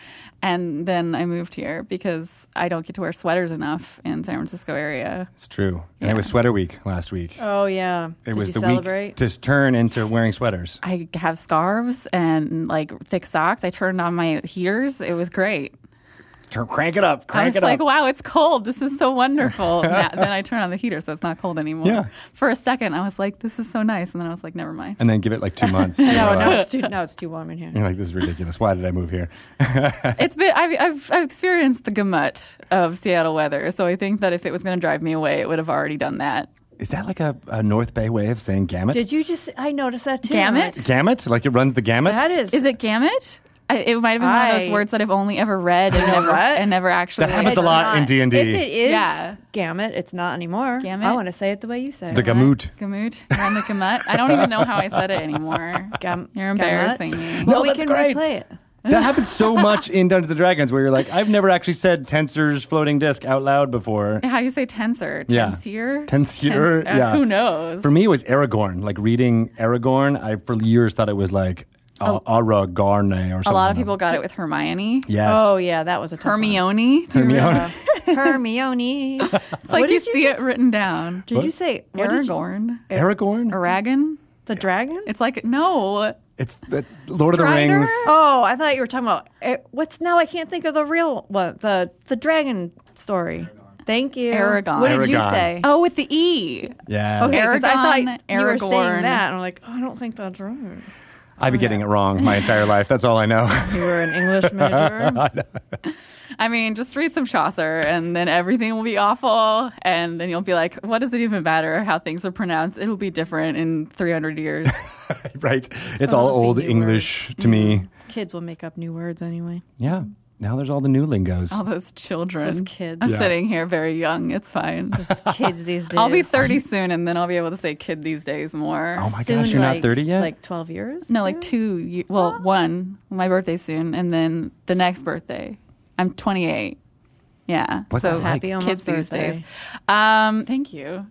S4: And then I moved here because I don't get to wear sweaters enough in San Francisco area.
S1: It's true. And it was sweater week last week.
S2: Oh yeah.
S1: It
S2: did
S1: was
S2: you
S1: the week
S2: celebrate?
S1: to turn into wearing sweaters.
S4: I have scarves and like thick socks. I turned on my heaters. It was great.
S1: Turn, crank it up,
S4: I
S1: crank
S4: was
S1: it
S4: like,
S1: up.
S4: wow, it's cold. This is so wonderful. Na- then I turn on the heater, so it's not cold anymore.
S1: Yeah.
S4: For a second, I was like, this is so nice. And then I was like, never mind.
S1: And then give it like two months.
S2: No,
S1: You're like-
S2: no, it's too. No, it's too warm in here.
S1: You're like, this is ridiculous. Why did I move here?
S4: it's been, I've, I've, I've experienced the gamut of Seattle weather. So I think that if it was going to drive me away, it would have already done that.
S1: Is that like a, a North Bay way of saying gamut?
S2: Did you just? I noticed that too.
S4: Damn
S2: I'm
S4: it.
S2: like,
S1: gamut? Like it runs the gamut?
S2: That is.
S4: Is it gamut? I, it might have been one of those
S2: I-
S4: words that I've only ever read and never, and never actually.
S1: That happens a
S2: it's
S1: lot in
S2: not-
S1: D&D.
S2: If it is
S4: Yeah.
S2: gamut, it's not anymore.
S4: Gamut?
S2: I want to say it the way you say it.
S1: the gamut.
S4: Gamut? You're on the gamut? I don't even know how I said it anymore.
S2: Gam-
S4: You're
S2: gamut?
S4: embarrassing me.
S2: Well,
S1: No,
S2: we
S1: that's
S2: can
S1: great.
S2: replay it.
S1: That happens so much in Dungeons and Dragons where you're like, I've never actually said tensors floating disk out loud before.
S4: How do you say tensor?
S1: Yeah.
S4: Tensier?
S1: Tensier,
S4: Tens- uh,
S1: yeah.
S4: Who knows?
S1: For me, it was Aragorn. Like reading Aragorn, I for years thought it was like uh, Aragorn or something.
S4: A lot of people got it with Hermione.
S1: Yes.
S2: Oh yeah, that was a tough
S4: Hermione. Do you remember?
S1: Hermione.
S2: One. Hermione.
S4: It's like you see it written down.
S2: Did you say what did you-
S4: Aragorn.
S1: Aragorn?
S2: Er,
S4: Aragon.
S2: the dragon?
S4: It's like, no.
S1: It's uh, Lord of the
S4: Strider?
S1: Rings.
S2: Oh, I thought you were talking about eh, what's now. I can't think of the real one. The the dragon story. Thank you,
S4: Aragon.
S2: What did you
S1: Aragon.
S2: say?
S4: Oh, with the E.
S1: Yeah.
S2: Okay, 'cause I
S4: Aragon,
S2: thought you were saying
S4: Aragorn.
S2: that, and I'm like, oh, I don't think that's right.
S1: I've been getting it wrong my entire life. That's all I know.
S2: You were an English major.
S4: I mean, just read some Chaucer and then everything will be awful. And then you'll be like, what does it even matter how things are pronounced? It'll be different in 300 years.
S1: right? It's all
S2: those be
S1: old
S2: new
S1: English to me.
S4: Mm-hmm.
S2: Kids will make up new words anyway.
S1: Yeah. Now there's all the new lingos.
S4: All those children.
S2: Those kids.
S4: I'm
S2: Yeah.
S4: sitting here very young. It's fine.
S2: Kids these days.
S4: I'll be 30 soon and then I'll be able to say kid these days more.
S1: Oh my
S2: Soon,
S1: gosh, you're
S2: like,
S1: not 30 yet?
S2: Like 12 years?
S4: No, like two. ye- Well, one. My birthday soon, and then the next birthday. I'm 28. Yeah.
S1: What's
S4: so
S1: that like?
S2: Happy almost
S4: kids these
S2: birthday.
S4: days. Um, thank you.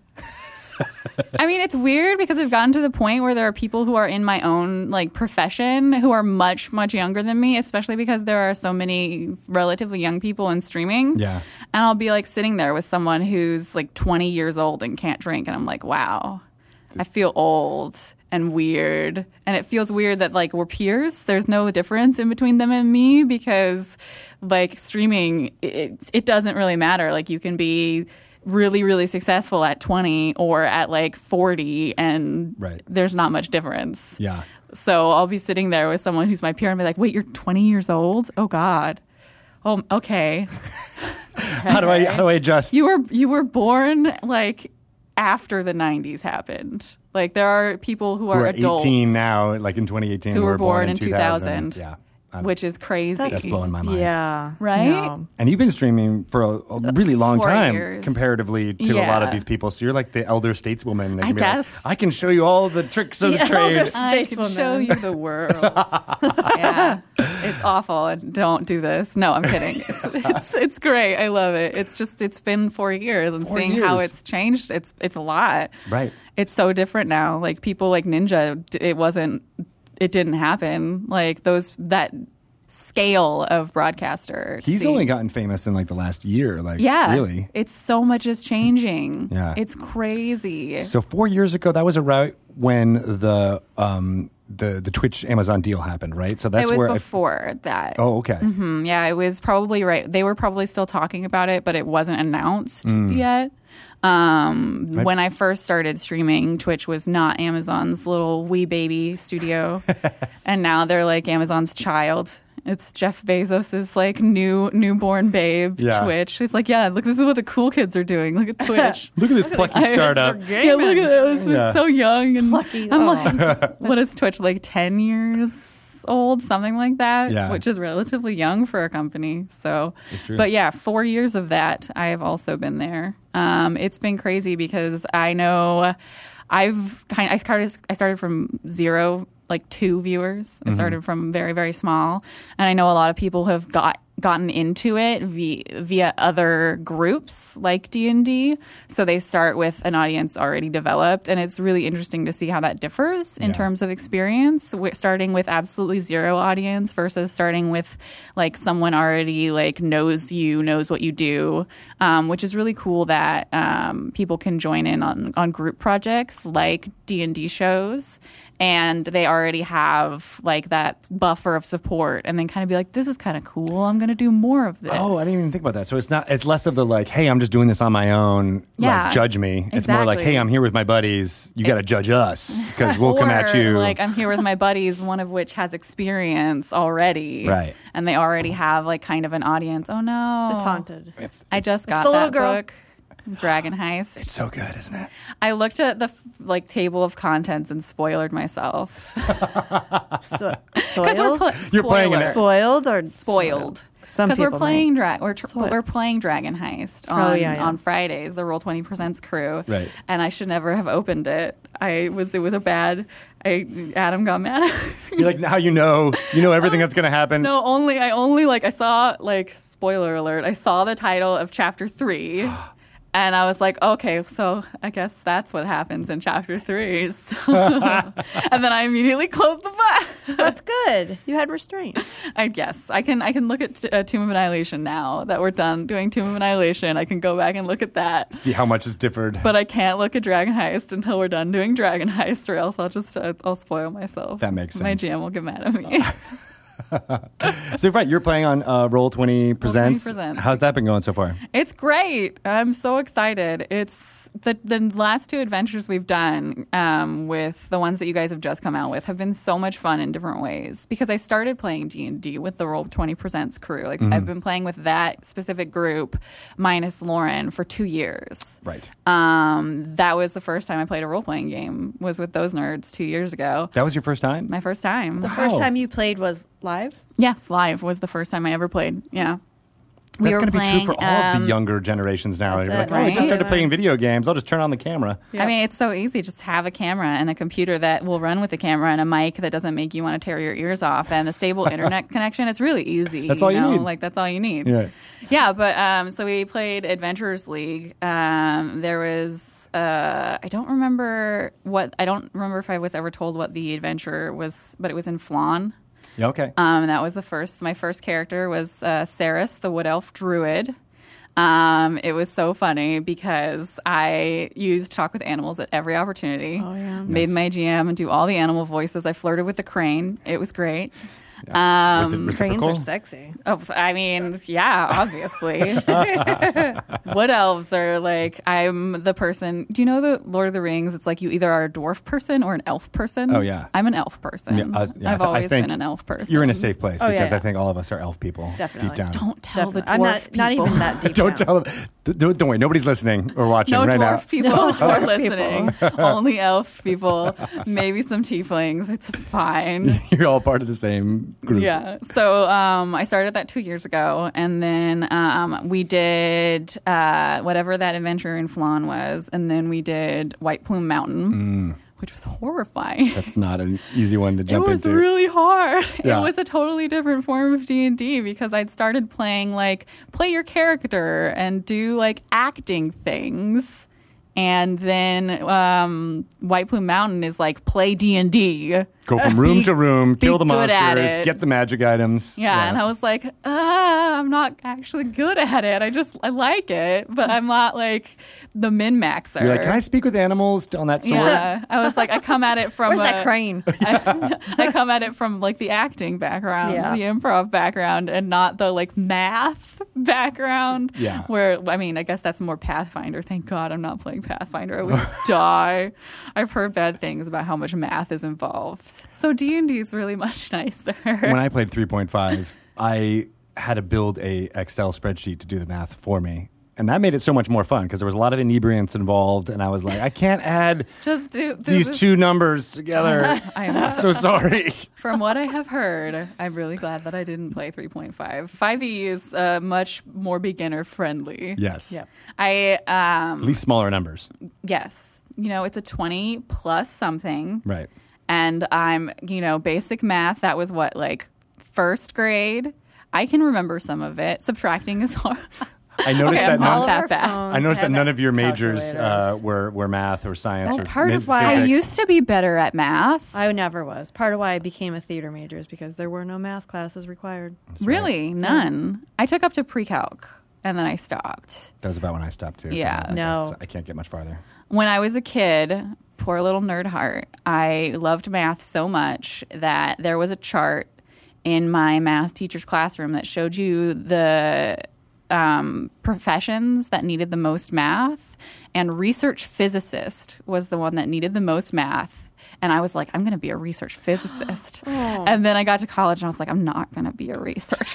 S4: I mean, it's weird because I've gotten to the point where there are people who are in my own like profession who are much much younger than me, especially because there are so many relatively young people in streaming.
S1: Yeah.
S4: And I'll be like sitting there with someone who's like 20 years old and can't drink and I'm like, "Wow. I feel old and weird." And it feels weird that like we're peers. There's no difference in between them and me because like streaming it, it doesn't really matter. Like you can be really really successful at 20 or at like 40 and
S1: Right.
S4: there's not much difference
S1: yeah.
S4: so i'll be sitting there with someone who's my peer and be like wait you're 20 years old oh god oh, okay.
S1: How do I how do I adjust?
S4: You were you were born like after the '90s happened. Like there are people who are
S1: We're
S4: adults
S1: 18 now, like in 2018.
S4: who
S1: we
S4: were born, in
S1: 2000.
S4: 2000,
S1: Yeah, I'm-
S4: which is crazy.
S1: that's blowing my mind.
S2: Yeah.
S4: Right?
S2: No.
S1: And you've been streaming for a, a really long
S4: Uh, Four
S1: time
S4: years.
S1: comparatively to a lot of
S4: Yeah.
S1: these people. So you're like the elder stateswoman. that
S4: I
S1: can be like,
S4: guess.
S1: I can show you all the tricks of the,
S2: The
S1: trade.
S2: elder-
S4: I
S2: States
S4: could
S2: woman.
S4: show you the world. yeah, it's awful. And Don't do this. No, I'm kidding. It's, it's, it's great. I love it. It's just it's been four years and
S1: Four
S4: seeing how
S1: years.
S4: it's changed. It's it's a lot.
S1: Right.
S4: It's so different now. Like people like Ninja. d- It wasn't. It didn't happen. Like those that scale of broadcaster. to
S1: He's
S4: see-
S1: only gotten famous in like the last year. Like,
S4: yeah.
S1: really.
S4: It's so much is changing.
S1: Yeah.
S4: It's crazy.
S1: So four years ago, that was around when the um the the Twitch Amazon deal happened, right? So that's
S4: it was
S1: where.
S4: before that.
S1: I, oh, okay.
S4: Mm, yeah, it was probably right. They were probably still talking about it, but it wasn't announced yet. Um,
S1: Hmm. Right.
S4: When I first started streaming, Twitch was not Amazon's little wee baby studio, and now they're like Amazon's child. It's Jeff Bezos's like new newborn babe
S1: Yeah.
S4: Twitch. He's like, yeah, look, this is what the cool kids are doing. Look at Twitch.
S1: Look at this plucky startup.
S4: Yeah, look at those.
S1: Yeah.
S4: It's so young and
S2: Plucky.
S4: I'm
S2: Oh.
S4: like, what is Twitch like? Ten years old, something like that.
S1: Yeah.
S4: which is relatively young for a company. So,
S1: It's true.
S4: but yeah, four years of that. I have also been there. Um, it's been crazy because I know I've kind. I started. I started from zero, like two viewers.
S1: Mm-hmm.
S4: I started from very very small, and I know a lot of people have got gotten into it via, via other groups like D&D so they start with an audience already developed and it's really interesting to see how that differs in
S1: Yeah.
S4: terms of experience Wi- starting with absolutely zero audience versus starting with like someone already like knows you knows what you do um, which is really cool that um, people can join in on, on group projects like D&D shows and they already have like that buffer of support and then kind of be like this is kind of cool I'm going to do more of this
S1: Oh, I didn't even think about that. So it's not. It's less of the like, hey, I'm just doing this on my own.
S4: Yeah.
S1: Like, judge me. It's more like,
S4: Exactly.
S1: hey, I'm here with my buddies. You got to judge us because we'll come at
S4: Or,
S1: you.
S4: Like I'm here with my buddies, one of which has experience already,
S1: Right.
S4: And they already have like kind of an audience. Oh no,
S2: It's haunted.
S4: I just got
S2: the little
S4: that
S2: girl.
S4: book, Dragon Heist.
S1: so good, isn't it?
S4: I looked at the f- like table of contents and spoiled myself.
S2: So,
S4: 'Cause we're
S2: soiled?
S4: pl-
S1: You're playing an-
S4: spoiler.
S2: spoiled or
S4: spoiled.
S2: Some
S4: because we're
S2: people
S4: playing dra- we're, tr-
S2: what-
S4: we're playing Dragon Heist
S2: Oh,
S4: on,
S2: yeah, yeah.
S4: on Fridays, the Roll Twenty Percent's crew,
S1: Right.
S4: And I should never have opened it. I was it was a bad. I Adam got mad.
S1: You're like now you know you know everything that's gonna happen.
S4: No, only I only like I saw like spoiler alert. I saw the title of chapter three, and I was like, okay, so I guess that's what happens in chapter three. So- and then I immediately closed the book.
S2: That's good. You had restraint.
S4: I guess I can I can look at uh, Tomb of Annihilation now that we're done doing Tomb of Annihilation. I can go back and look at that.
S1: See how much is differed.
S4: But I can't look at Dragon Heist until we're done doing Dragon Heist, or else I'll just uh, I'll spoil myself.
S1: That makes
S4: My
S1: sense.
S4: GM will get mad at me.
S1: so right, you're playing on uh, Roll Twenty presents.
S4: Presents.
S1: How's that been going so far?
S4: It's great. I'm so excited. It's the the last two adventures we've done um, with the ones that you guys have just come out with have been so much fun in different ways because I started playing D and D with the Roll Twenty Percent's crew. Like
S1: Mm-hmm.
S4: I've been playing with that specific group minus Lauren for two years.
S1: Right.
S4: Um, that was the first time I played a role playing game was with those nerds two years ago.
S1: That was your first time.
S4: My first time.
S2: The first
S1: Wow.
S2: time you played was live.
S4: Yes, live was the first time I ever played. Yeah. We
S1: That's going
S4: were
S1: to be true
S4: playing,
S1: for all of
S4: um,
S1: the younger generations now. You're
S2: that's
S1: like,
S2: it,
S1: oh, I just
S4: right?
S1: started playing video games. I'll just turn on the camera.
S2: Yeah.
S4: I mean, it's so easy. Just have a camera and a computer that will run with the camera and a mic that doesn't make you want to tear your ears off and a stable internet connection. It's really easy.
S1: That's all you
S4: know?
S1: need.
S4: Like that's all you need.
S1: Yeah.
S4: Yeah, but um, so we played Adventurers League. Um, there was uh, I don't remember what I don't remember if I was ever told what the adventure was, but it was in Flan.
S1: Yeah, okay.
S4: Um, that was the first. My first character was uh, Saris, the wood elf druid. Um, it was so funny because I used talk with animals at every opportunity.
S2: Oh, yeah.
S4: Made my GM do all the animal voices. I flirted with the crane. It was great.
S1: was it
S2: Trains
S1: reciprocal?
S2: are sexy.
S4: Oh, I mean, yeah, obviously. Wood elves are like, I'm the person. Do you know the Lord of the Rings? It's like you either are a dwarf person or an elf person.
S1: Oh, yeah.
S4: I'm an elf person.
S1: Yeah, I was- yeah, I
S4: I've
S1: th- I
S4: always
S1: think
S4: been an elf person.
S1: You're in a safe place
S2: Oh, yeah,
S1: because I
S2: yeah.
S1: think all of us are elf people deep
S2: Definitely.
S1: down.
S4: Don't tell the dwarf
S2: Definitely. I'm not,
S4: people.
S2: not even that deep.
S1: Don't
S2: now.
S1: tell them. d- Don't, don't wait. Nobody's listening or watching
S4: No
S1: right
S4: dwarf
S1: now.
S4: people
S2: No
S4: are
S2: dwarf people.
S4: listening. Only elf people. Maybe some tieflings. It's fine.
S1: You're all part of the same group.
S4: Yeah. So um, I started that two years ago, and then um, we did uh, whatever that adventure in Flan was, and then we did White Plume
S1: Mm.
S4: Mountain, which was horrifying.
S1: That's not an easy one to
S4: It
S1: jump
S4: was
S1: into.
S4: really hard.
S1: Yeah.
S4: It was a totally different form of D and D because I'd started playing like play your character and do like acting things, and then um, White Plume Mountain is like play D and D.
S1: Go from room
S4: Be-
S1: to room,
S4: be
S1: kill the
S4: good at
S1: monsters,
S4: it.
S1: get the magic items.
S4: Yeah, and I was like, uh, I'm not actually good at it. I just I like it, but I'm not like the min maxer.
S1: You're like, can I speak with animals on that sword?
S4: yeah, I was like, I come at it from
S2: Where's
S4: a-
S2: that crane?
S4: I, I come at it from like the acting background,
S2: Yeah.
S4: the improv background, and not the like math background.
S1: Yeah.
S4: Where I mean, I guess that's more Pathfinder. Thank God I'm not playing Pathfinder. I would die. I've heard bad things about how much math is involved. So D and D is really much nicer.
S1: When I played 3.5, I had to build a Excel spreadsheet to do the math for me. And that made it so much more fun because there was a lot of inebriants involved, and I was like, I can't add
S4: Just do, do
S1: these
S4: this-
S1: two numbers together.
S4: I
S1: I'm
S4: am
S1: so sorry.
S4: From what I have heard, I'm really glad that I didn't play 3.5. 5e is uh, much more beginner friendly.
S1: Yes.
S2: Yep.
S4: I um
S1: At least smaller numbers.
S4: yes, you know, it's a 20 plus something.
S1: Right.
S4: And I'm, you know, basic math, that was what like first grade. I can remember some of it. Subtracting is hard.
S1: I noticed
S4: Okay,
S1: that
S4: I'm
S1: none,
S4: all that bad.
S1: I noticed that none of your majors uh,
S2: calculators.
S1: were were math or
S4: Oh,
S1: science.
S2: Well,
S1: or
S2: part
S1: min-
S2: of why I
S4: I
S1: physics.
S4: used to be better at
S1: uh,
S4: math.
S2: I never was. Part of why I became a theater major is because there were no math classes required.
S4: really? None. I took up to pre-calc and then I stopped.
S1: That was about when I stopped too. 'cause I
S4: Yeah.
S1: was like,
S2: No.
S1: I can't get much farther.
S4: When I was a kid, poor little nerd heart, I loved math so much that there was a chart in my math teacher's classroom that showed you the um, professions that needed the most math, and research physicist was the one that needed the most math. And I was like, I'm going to be a research physicist. And then I got to college and I was like, I'm not going to be a research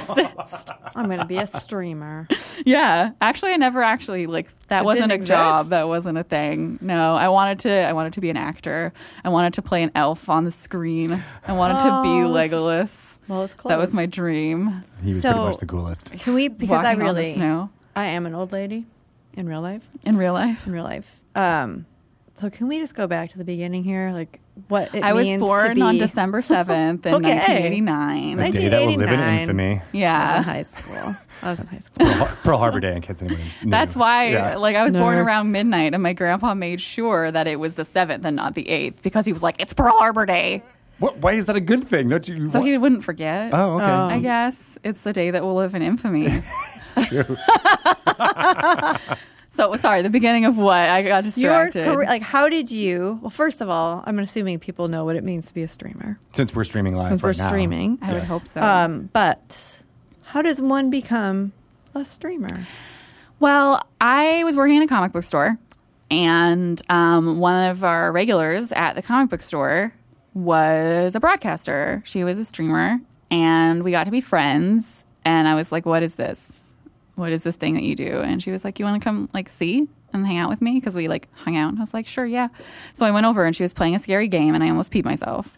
S4: physicist.
S2: I'm going to be a streamer.
S4: Yeah, actually, I never actually like that
S2: It
S4: wasn't a
S2: didn't
S4: job.
S2: exist?
S4: That wasn't a thing. No, I wanted to. I wanted to be an actor. I wanted to play an elf on the screen. I wanted to be
S2: Oh, this is-
S4: Legolas.
S2: Well, it's close.
S4: That was my dream.
S1: He was
S2: So-
S1: pretty much the coolest.
S2: Can we? Because I
S4: Walking on the
S2: really,
S4: snow
S2: I am an old lady in real life.
S4: in real life.
S2: In real life. Um, so can we just go back to the beginning here? Like what it
S4: I was
S2: means to
S4: born on
S2: be-
S4: December seventh in
S2: Okay.
S4: 1989.
S2: Right.
S1: A day that will live in
S2: 1989.
S1: infamy.
S2: I was in
S4: Yeah.
S2: high school. I was in high school.
S1: Pearl Har- Pearl Harbor Day, in case anyone. knew.
S4: That's why,
S1: Yeah.
S4: like, I was born
S2: Nerd.
S4: around midnight, and my grandpa made sure that it was the seventh and not the eighth because he was like, "It's Pearl Harbor Day,"
S1: What, why is that a good thing? Don't you?
S4: so he wouldn't forget.
S1: oh, okay.
S4: I guess it's the day that will live in infamy.
S1: It's true.
S4: so sorry, the beginning of what I got
S2: Your
S4: distracted.
S2: career, like, how did you? Well, first of all, I'm assuming people know what it means to be a streamer
S1: Since we're streaming live,
S2: because
S1: right
S2: we're
S1: now.
S2: streaming.
S4: I would hope so.
S2: Um, but how does one become a streamer?
S4: well, I was working in a comic book store, and um, one of our regulars at the comic book store was a broadcaster. She was a streamer, and we got to be friends. And I was like, "What is this? What is this thing that you do?" And she was like, "You want to come like see?" And hang out with me because we like hung out, and I was like, sure, yeah. So I went over, and she was playing a scary game, and I almost peed myself.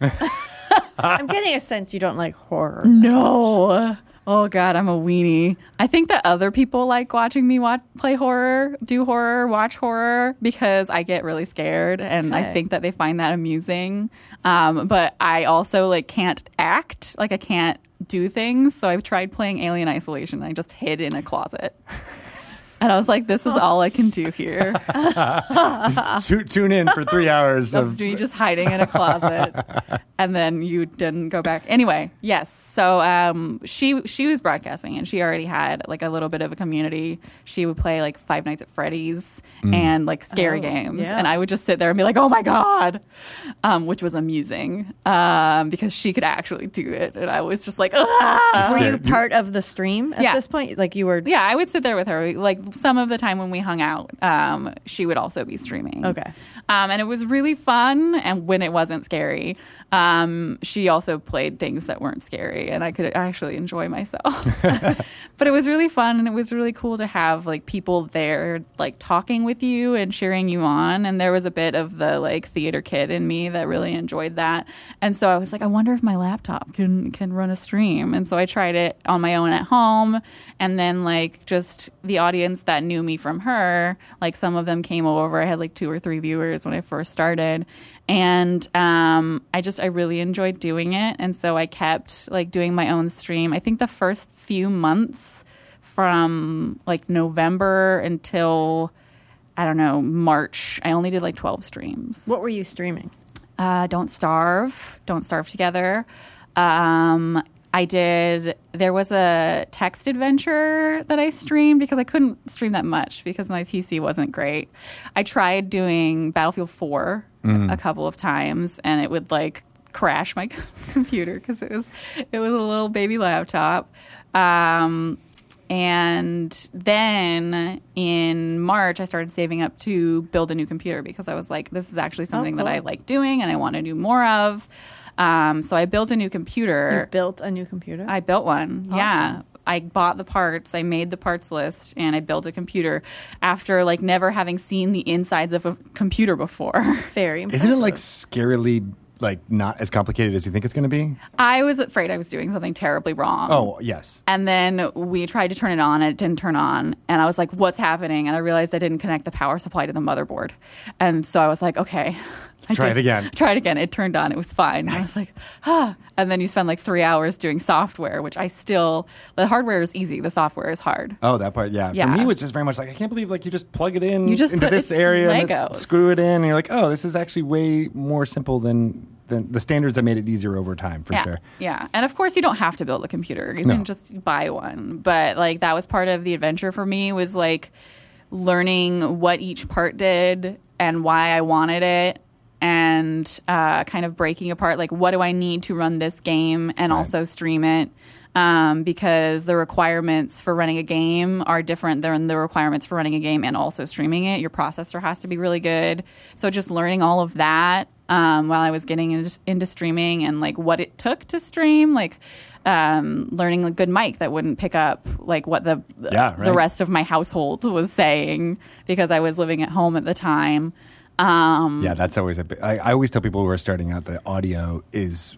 S2: I'm getting a sense you don't like horror.
S4: No. Oh God, I'm a weenie. I think that other people like watching me watch, play horror, do horror, watch horror because I get really scared, and I
S2: Okay.
S4: think that they find that amusing. Um, but I also like can't act, like I can't do things. So I've tried playing Alien Isolation. I just hid in a closet. And I was like, this is all I can do here.
S1: Tu- tune in for three hours
S4: of
S1: of
S4: me just hiding in a closet, and then you didn't go back. Anyway, yes. So um, she she was broadcasting, and she already had like a little bit of a community. She would play like Five Nights at Freddy's and like scary
S2: Oh,
S4: games,
S2: yeah.
S4: and I would just sit there and be like, "Oh my god," um, which was amusing um, because she could actually do it, and I was just like, "Ah."
S2: Were you
S1: scared. You-
S2: part of the stream at
S4: Yeah.
S2: this point? Like you were.
S4: Yeah, I would sit there with her. Like some of the time when we hung out, um, she would also be streaming.
S2: Okay.
S4: Um, and it was really fun. And when it wasn't scary, um, she also played things that weren't scary, and I could actually enjoy myself. but it was really fun, and it was really cool to have like people there, like talking with you and cheering you on. And there was a bit of the like theater kid in me that really enjoyed that. And so I was like, I wonder if my laptop can can run a stream. And so I tried it on my own at home, and then like just the audience that knew me from her, like some of them came over. I had like two or three viewers when I first started, and um, I just I really enjoyed doing it, and so I kept like doing my own stream. I think the first few months from like November until I don't know March, I only did like twelve streams.
S2: What were you streaming?
S4: Uh, don't starve. Don't starve together. Um, I did. There was a text adventure that I streamed because I couldn't stream that much because my PC wasn't great. I tried doing Battlefield 4 a couple of times, and it would like crash my computer because it was it was a little baby laptop. Um, and then in March, I started saving up to build a new computer because I was like, this is actually something that
S2: cool.
S4: I like doing and I want to do more of. Um, so I built a new computer.
S2: You built a new computer.
S4: Er. I built one. Yeah. I bought the parts, I made the parts list, and I built a computer after like never having seen the insides of a computer before.
S2: Very.
S1: Isn't it
S2: impressive.
S1: like scarily like not as complicated as you think it's going to be?
S4: I was afraid I was doing something terribly wrong.
S1: Oh yes.
S4: And then we tried to turn it on and it didn't turn on. And I was like, what's happening? And I realized I didn't connect the power supply to the motherboard. And so I was like, okay. I
S1: try it again.
S4: Try it again. It turned on. It was fine. I was like, ah. And then you spend like three hours doing software, which I still, the hardware is easy, the software is hard.
S1: Oh, that part, yeah.
S4: Yeah.
S1: For me, it was just very much like I can't believe like you just plug it in.
S4: You just
S1: into
S4: put-
S1: this
S4: it's
S1: area, and
S4: Legos.
S1: this- screw it in, and you're like, oh, this is actually way more simple than than the standards that made it easier over time for
S4: yeah.
S1: sure.
S4: Yeah. And of course you don't have to build a computer. You
S1: No.
S4: can just buy one. But like that was part of the adventure for me was like learning what each part did and why I wanted it and uh, kind of breaking apart like what do I need to run this game and also stream it. Um, because the requirements for running a game are different than the requirements for running a game and also streaming it. Your processor has to be really good. So just learning all of that um, while I was getting into, into streaming and like what it took to stream, like um, learning a good mic that wouldn't pick up like what the
S1: Yeah,
S4: the
S1: right.
S4: rest of my household was saying because I was living at home at the time. Um,
S1: Yeah, that's always a. bi- I, I always tell people who are starting out that audio is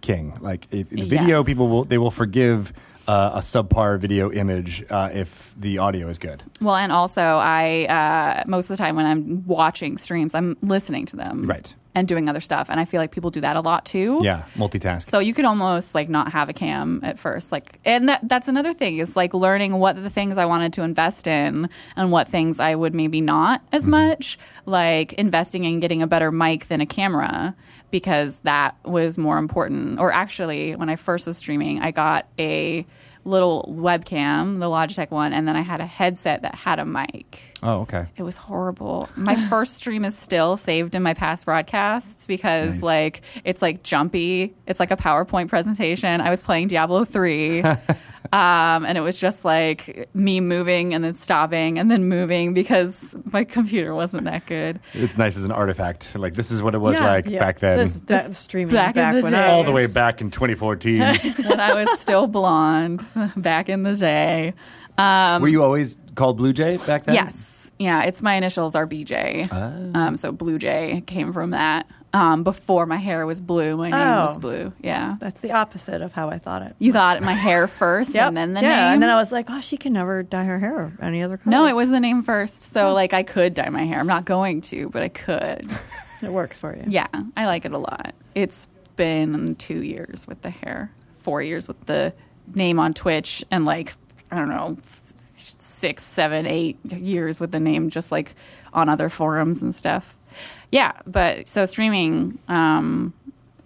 S1: king. Like it, the video,
S4: Yes.
S1: people will they will forgive uh, a subpar video image uh, if the audio is good.
S4: Well, and also I uh, most of the time when I'm watching streams, I'm listening to them,
S1: Right.
S4: and doing other stuff. And I feel like people do that a lot too.
S1: Yeah, multitask.
S4: So you could almost like not have a cam at first, like, and that that's another thing is like learning what the things I wanted to invest in and what things I would maybe not as much, like investing in getting a better mic than a camera because that was more important. Or actually, when I first was streaming, I got a little webcam, the Logitech one, and then I had a headset that had a mic.
S1: oh, okay.
S4: It was horrible. My first stream is still saved in my past broadcasts because
S1: Nice.
S4: like it's like jumpy. It's like a PowerPoint presentation. I was playing Diablo 3. um, and it was just like me moving and then stopping and then moving because my computer wasn't that good.
S1: It's nice as an artifact. Like this is what it was
S2: Yeah,
S1: like
S2: yeah.
S1: back then.
S2: This is back, streaming
S4: back
S2: back,
S4: in the
S2: when
S4: day.
S2: I
S1: all the
S2: was-
S1: way back in 2014.
S4: when I was still blonde back in the day. Um,
S1: Were you always called Blue Jay back then?
S4: Yes. Yeah, it's my initials are BJ. Um, so Blue Jay came from that. Um, before my hair was blue, my name
S2: Oh.
S4: was blue. Yeah.
S2: That's the opposite of how I thought it.
S4: You thought my hair first
S2: Yep.
S4: and then the
S2: yeah,
S4: name?
S2: and then I was "Oh." like, oh, she can never dye her hair any other color.
S4: no, it was the name first. So, like, I could dye my hair. I'm not going to, but I could.
S2: it works for you.
S4: yeah, I like it a lot. It's been two years with the hair, four years with the name on Twitch, and like, I don't know, f- six, seven, eight years with the name, just like on other forums and stuff. Yeah, but so streaming, um,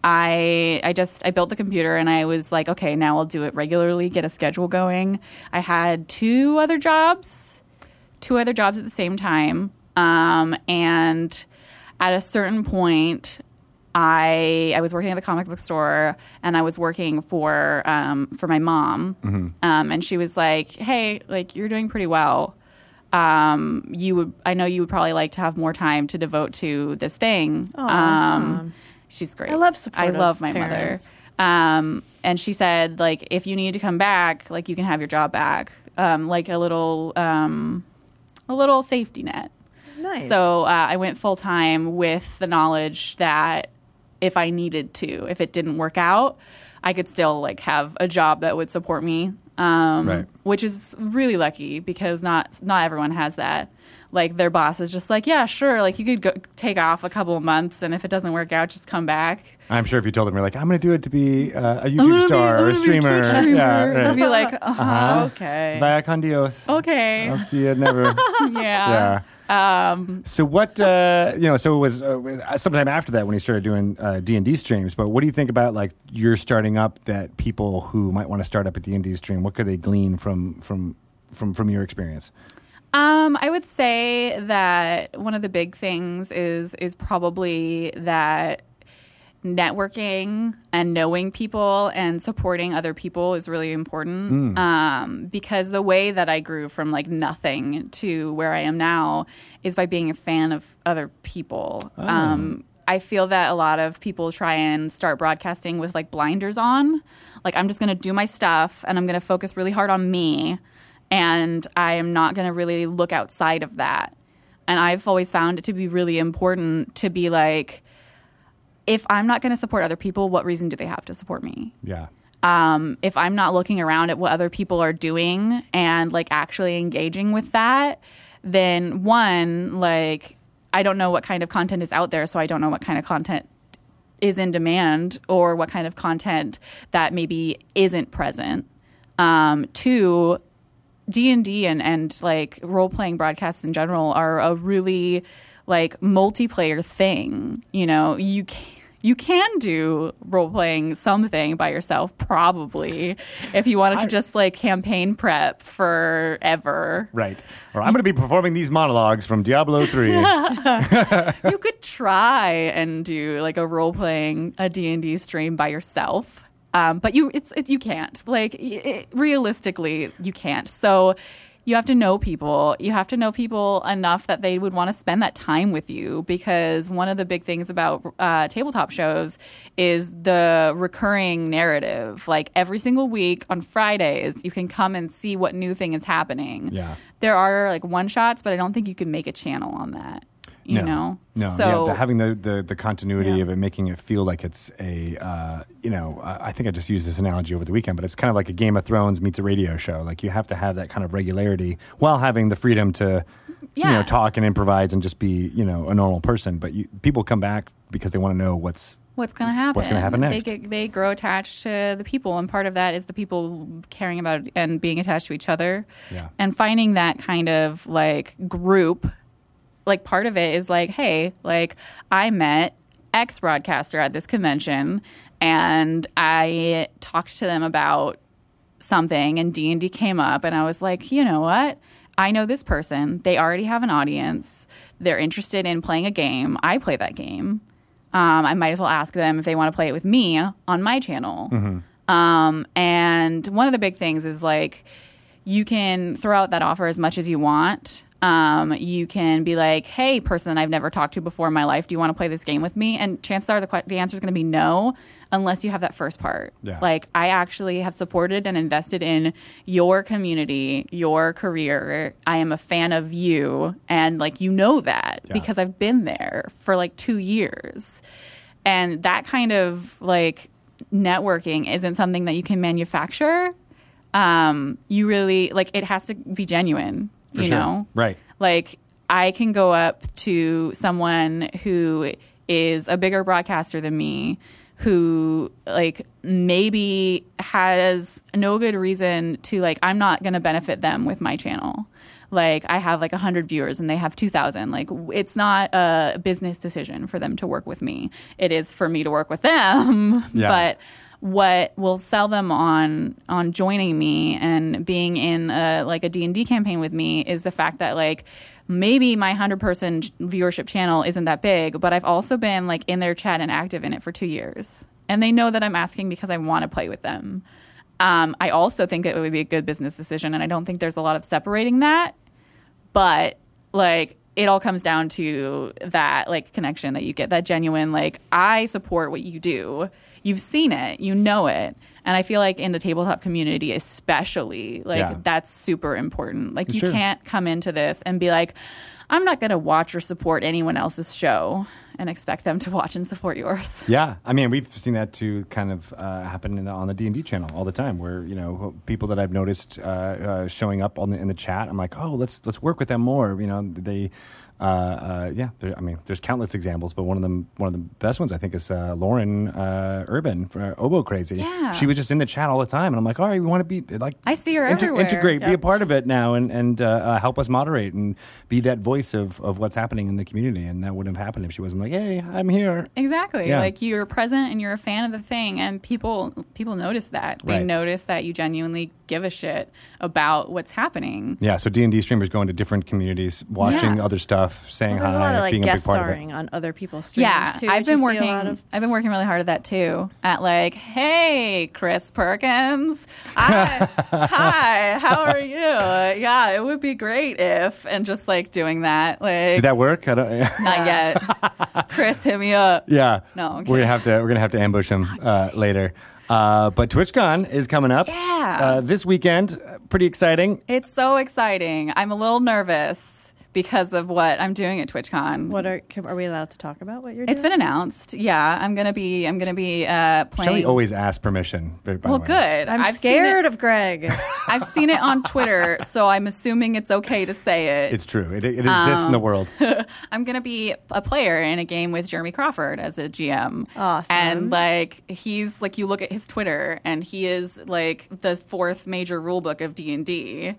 S4: I I just I built the computer and I was like, okay, now I'll do it regularly, get a schedule going. I had two other jobs, two other jobs at the same time, um, and at a certain point, I I was working at the comic book store and I was working for um, for my mom, um, and she was like, hey, like you're doing pretty well um, you would I know you would probably like to have more time to devote to this thing. um, she's great.
S2: I love
S4: I
S2: supportive
S4: love my
S2: parents.
S4: mother. Um, and she said like if you need to come back, like you can have your job back. Um, like a little um, a little safety net.
S2: Nice.
S4: So uh, I went full time with the knowledge that if I needed to, if it didn't work out, I could still like have a job that would support me. Um,
S1: Right.
S4: Which is really lucky because not not everyone has that. Like their boss is just like, yeah, sure. Like you could go, take off a couple of months, and if it doesn't work out, just come back.
S1: I'm sure if you told them you're like, I'm going to do it to be uh, a
S4: gonna
S1: YouTube
S4: be-
S1: star
S4: I'm
S1: or a
S4: gonna be a
S1: streamer,
S4: Twitch streamer.
S1: yeah, right. Uh-huh.
S4: They'll be like, uh okay,
S1: Vaya con Dios.
S4: okay,
S1: I'll see you never. yeah.
S4: yeah.
S1: Um, so what? Uh, you know, so it was uh, sometime after that when he started doing uh, D and D streams. But what do you think about like your starting up? That people who might want to start up a D and D stream, what could they glean from from from from your experience?
S4: Um, I would say that one of the big things is is probably that networking and knowing people and supporting other people is really important um, because the way that i grew from like nothing to where i am now is by being a fan of other people um, i feel that a lot of people try and start broadcasting with like blinders on like i'm just going to do my stuff and i'm going to focus really hard on me and i am not going to really look outside of that and i've always found it to be really important to be like if I'm not going to support other people, what reason do they have to support me?
S1: Yeah.
S4: Um, if I'm not looking around at what other people are doing and like actually engaging with that, then one, like, I don't know what kind of content is out there, so I don't know what kind of content is in demand or what kind of content that maybe isn't present. Um, two, D and D and and like role playing broadcasts in general are a really like multiplayer thing. You know, you can, you can do role playing something by yourself probably if you wanted to just like campaign prep forever.
S1: Right. Or I'm going to be performing these monologues from Diablo 3.
S4: you could try and do like a role playing a D&D stream by yourself. Um, but you it's it, you can't. Like i i realistically, you can't. So you have to know people. You have to know people enough that they would want to spend that time with you because one of the big things about uh, tabletop shows is the recurring narrative. Like every single week on Fridays, you can come and see what new thing is happening.
S1: Yeah.
S4: There are like one shots, but I don't think you can make a channel on that you
S1: no.
S4: know
S1: No, yeah,
S4: so
S1: the- having the, the, the continuity of it, making it feel like it's a, uh, you know, I I think I just used this analogy over the weekend, but it's kind of like a Game of Thrones meets a radio show. Like you have to have that kind of regularity while having the freedom to, you know,
S4: Yeah.
S1: talk and improvise and just be, you know, a normal person. But you, people come back because they want to know what's.
S4: what's going to happen
S1: what's gonna happen next?
S4: they, get, they grow attached to the people and part of that is the people caring about and being attached to each other
S1: Yeah.
S4: and finding that kind of like group like part of it is like hey like i met x broadcaster at this convention and i talked to them about something and D&D came up and I was like, "You know what? I know this person. They already have an audience. They're interested in playing a game. I play that game. Um, I might as well ask them if they want to play it with me on my channel." Um, and one of the big things is like you can throw out that offer as much as you want. Um, you can be like, "Hey, person I've never talked to before in my life, do you want to play this game with me?" And chances are the que- the answer is going to be no, unless you have that first part.
S1: Yeah.
S4: Like, I actually have supported and invested in your community, your career. I am a fan of you, and like you know that because I've been there for like two years, and that kind of like networking isn't something that you can manufacture um, you really like it has to be genuine,
S1: For
S4: you
S1: sure.
S4: know?
S1: Right.
S4: Like I can go up to someone who is a bigger broadcaster than me who like maybe has no good reason to like I'm not going to benefit them with my channel. Like I have like 100 viewers and they have 2000. Like w- it's not a business decision for them to work with me. It is for me to work with them.
S1: Yeah.
S4: But what will sell them on on joining me and being in a like a D&D campaign with me is the fact that like maybe my 100 person ch- viewership channel isn't that big but I've also been like in their chat and active in it for 2 years and they know that I'm asking because I want to play with them um, I also think it would be a good business decision and I don't think there's a lot of separating that but like it all comes down to that like connection that you get that genuine like i support what you do you've seen it you know it and i feel like in the tabletop community especially like
S1: Yeah.
S4: that's super important like you
S1: true.
S4: can't come into this and be like i'm not going to watch or support anyone else's show and expect them to watch and support yours
S1: Yeah, I mean, we've seen that too, kind of uh, happen in the, on the D and D channel all the time, where you know people that I've noticed uh, uh, showing up on the, in the chat. I'm like, oh, let's let's work with them more. You know, they, uh, uh, yeah. There, I mean, there's countless examples, but one of them, one of the best ones, I think, is uh, Lauren uh, Urban for uh, Oboe Crazy.
S4: Yeah.
S1: she was just in the chat all the time, and I'm like, all right, we want to be like,
S4: I see her
S1: inter-
S4: everywhere.
S1: integrate, be a
S2: Yeah.
S1: part of it now, and and uh, uh, help us moderate and be that voice of of what's happening in the community. And that wouldn't have happened if she wasn't like, hey, I'm here.
S4: Exactly.
S1: Yeah.
S4: Like you're present and you're a fan of the thing and people people notice that. They
S1: Right.
S4: notice that you genuinely give a shit about what's happening.
S1: Yeah, so D and D streamers going to different communities, watching
S4: Yeah.
S1: other stuff, saying
S2: There's a lot
S1: hi,
S2: of like
S1: being a big
S2: guest
S1: part
S2: starring
S1: of
S2: on other people's streams
S4: Yeah,
S2: too.
S4: I've
S2: which you
S4: been
S2: see a
S4: working.
S2: lot of-
S4: I've been working really hard at that too. At like, hey, Chris Perkins, I, hi, how are you? Yeah, it would be great if, and just like doing that,
S1: it.
S4: like
S1: Did that work? I don't,
S4: not yet. Chris, hit me up.
S1: yeah.
S4: No, okay.
S1: We're gonna have to we're gonna have to ambush him
S2: Oh
S1: uh, later. Uh, but TwitchCon is coming up.
S4: Yeah.
S1: Uh, this weekend, pretty exciting.
S4: It's so exciting. I'm a little nervous because of what I'm doing at TwitchCon.
S2: What are can, are we allowed to talk about? What you're
S4: It's
S2: doing?
S4: been announced. Yeah, I'm gonna be. I'm gonna be uh, playing.
S1: Shelly always asks permission. by the
S4: well,
S1: way.
S4: good.
S2: I'm
S4: I've seen it-
S2: scared of Greg.
S4: I've seen it on Twitter, so I'm assuming it's okay to say it.
S1: It's true. It, it exists
S2: Um,
S1: in the world.
S4: I'm gonna be a player in a game with Jeremy Crawford as a GM.
S2: Awesome.
S4: And like he's like you look at his Twitter, and he is like the fourth major rulebook of D and D.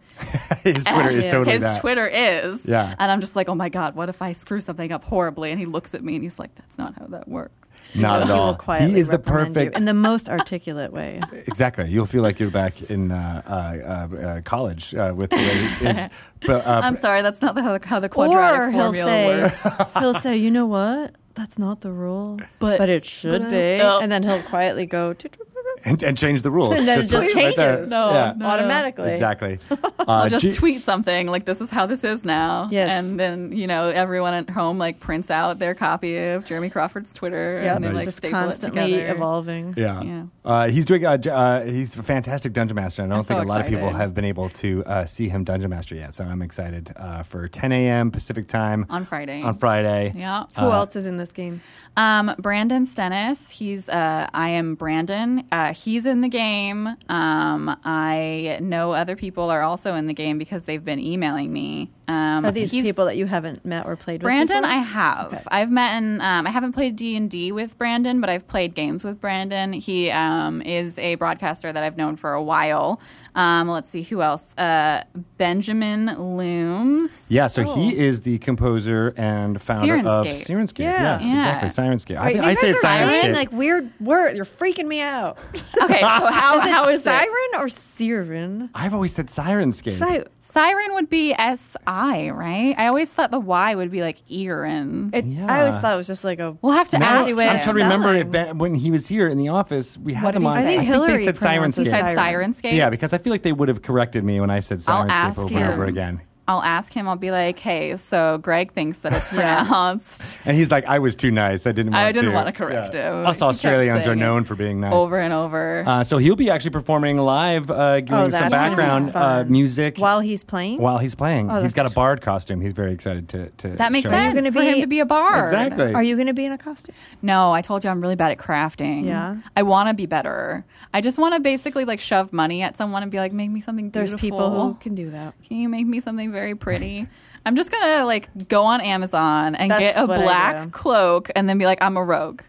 S1: His Twitter is
S2: Yeah.
S1: totally
S4: His
S1: that.
S4: Twitter is.
S1: Yeah.
S4: And I'm just like, oh my god, what if I screw something up horribly? And he looks at me and he's like, that's not how that works.
S1: Not at
S2: He will
S1: all.
S2: quietly
S1: He is the
S2: reprimand you
S1: perfect.
S2: in the most articulate way.
S1: Exactly. You'll feel like you're back in uh, uh, uh, uh, college uh, with the way he is. But, uh,
S4: I'm sorry, that's not how the, how the quadratic
S2: or he'll
S4: formula
S2: say,
S4: works.
S2: he'll say, you know what? That's not the rule, but it should
S4: but uh, I-
S2: be.
S4: No.
S2: And then he'll quietly go "Tut, tut, tut, tut,"
S1: and, and change the rules.
S2: And then it just
S1: right there.
S2: changes.
S4: No,
S1: Yeah.
S4: Oh, no.
S2: automatically.
S1: Exactly. Uh,
S4: I'll just
S1: G-
S4: tweet something like this is how this is now.
S2: Yes.
S4: And then, you know, everyone at home like prints out their copy of Jeremy Crawford's Twitter
S2: Yeah,
S4: and they
S1: Nice.
S4: like
S2: just
S4: staple it
S2: constantly
S4: together.
S2: evolving.
S1: Yeah,
S4: Yeah.
S1: Uh, he's doing. Uh, j- uh, he's a fantastic dungeon master. and I don't
S4: I'm so
S1: think a lot of people
S4: excited.
S1: have been able to uh, see him dungeon master yet. So I'm excited uh, for 10 a.m. Pacific time
S4: On Friday.
S1: on Friday.
S4: Yeah.
S2: Who else is in this game?
S4: Um, Brandon Stennis. He's uh, I am Brandon. Uh, he's in the game. Um, I know other people are also in the game because they've been emailing me. Um,
S2: Are these
S4: he's-
S2: people that you haven't met or played with?
S4: Brandon,
S2: before?
S4: I have. I've met and um, I haven't played D and D with Brandon, but I've played games with Brandon. He um, is a broadcaster that I've known for a while. Um, let's see who else. Uh, Benjamin Looms.
S1: Yeah, so he is the composer and founder of
S4: Sirenscape.
S1: Sirenscape.
S2: Yeah.
S1: Yes,
S4: Yeah.
S1: exactly. Sirenscape. I,
S2: Wait,
S1: think-
S2: you
S1: I say
S2: guys
S1: it's
S2: are saying
S1: Sirenscape.
S2: like weird word. You're freaking me out.
S4: Okay, so how how is
S2: siren
S4: it?
S2: or siren?
S1: I've always said Sirenscape.
S2: Si-
S4: Siren would be S I, right? I always thought the Y would be like Erin.
S2: it, I always thought it was just like a.
S4: We'll have to
S1: Now,
S4: ask.
S1: I'm
S2: Fancy
S4: him.
S2: way
S1: trying to remember if
S2: spelling.
S1: ben, when he was here in the office, we had
S4: What did
S1: him
S4: he
S1: on.
S4: say? I think
S1: they
S2: Hillary
S1: said
S2: pronounces
S1: Sirenscape.
S4: He said
S2: Siren.
S4: Sirenscape.
S1: yeah, because I feel like they would have corrected me when I said
S4: I'll
S1: Sirenscape
S4: ask
S1: over
S4: him
S1: and over again.
S4: I'll ask him. I'll be like, "Hey, so Greg thinks that it's pronounced."
S1: And he's like, I was too nice. I didn't want to.
S4: I didn't want to correct
S1: Yeah.
S4: him.
S1: Us
S4: He kept
S1: Australians are
S4: saying it
S1: known for being nice.
S4: over and over.
S1: Uh, so he'll be actually performing live, uh, doing
S2: Oh,
S1: some
S2: that's gonna be
S1: background uh,
S2: fun.
S1: music
S2: while he's playing.
S1: while he's playing. he's
S2: that's
S1: got a bard costume. He's very excited to. to
S4: that makes
S1: show
S4: sense
S1: off.
S2: gonna
S4: for
S2: be-
S4: him to be a bard.
S1: Exactly.
S2: Are you going to be in a costume?
S4: No, I told you I'm really bad at crafting.
S2: Yeah.
S4: I want to be better. I just want to basically like shove money at someone and be like, make me something beautiful.
S2: There's people who can do that.
S4: Can you make me something very pretty? I'm just gonna like go on Amazon and
S2: That's
S4: get a
S2: what I do.
S4: black cloak and then be like, I'm a rogue.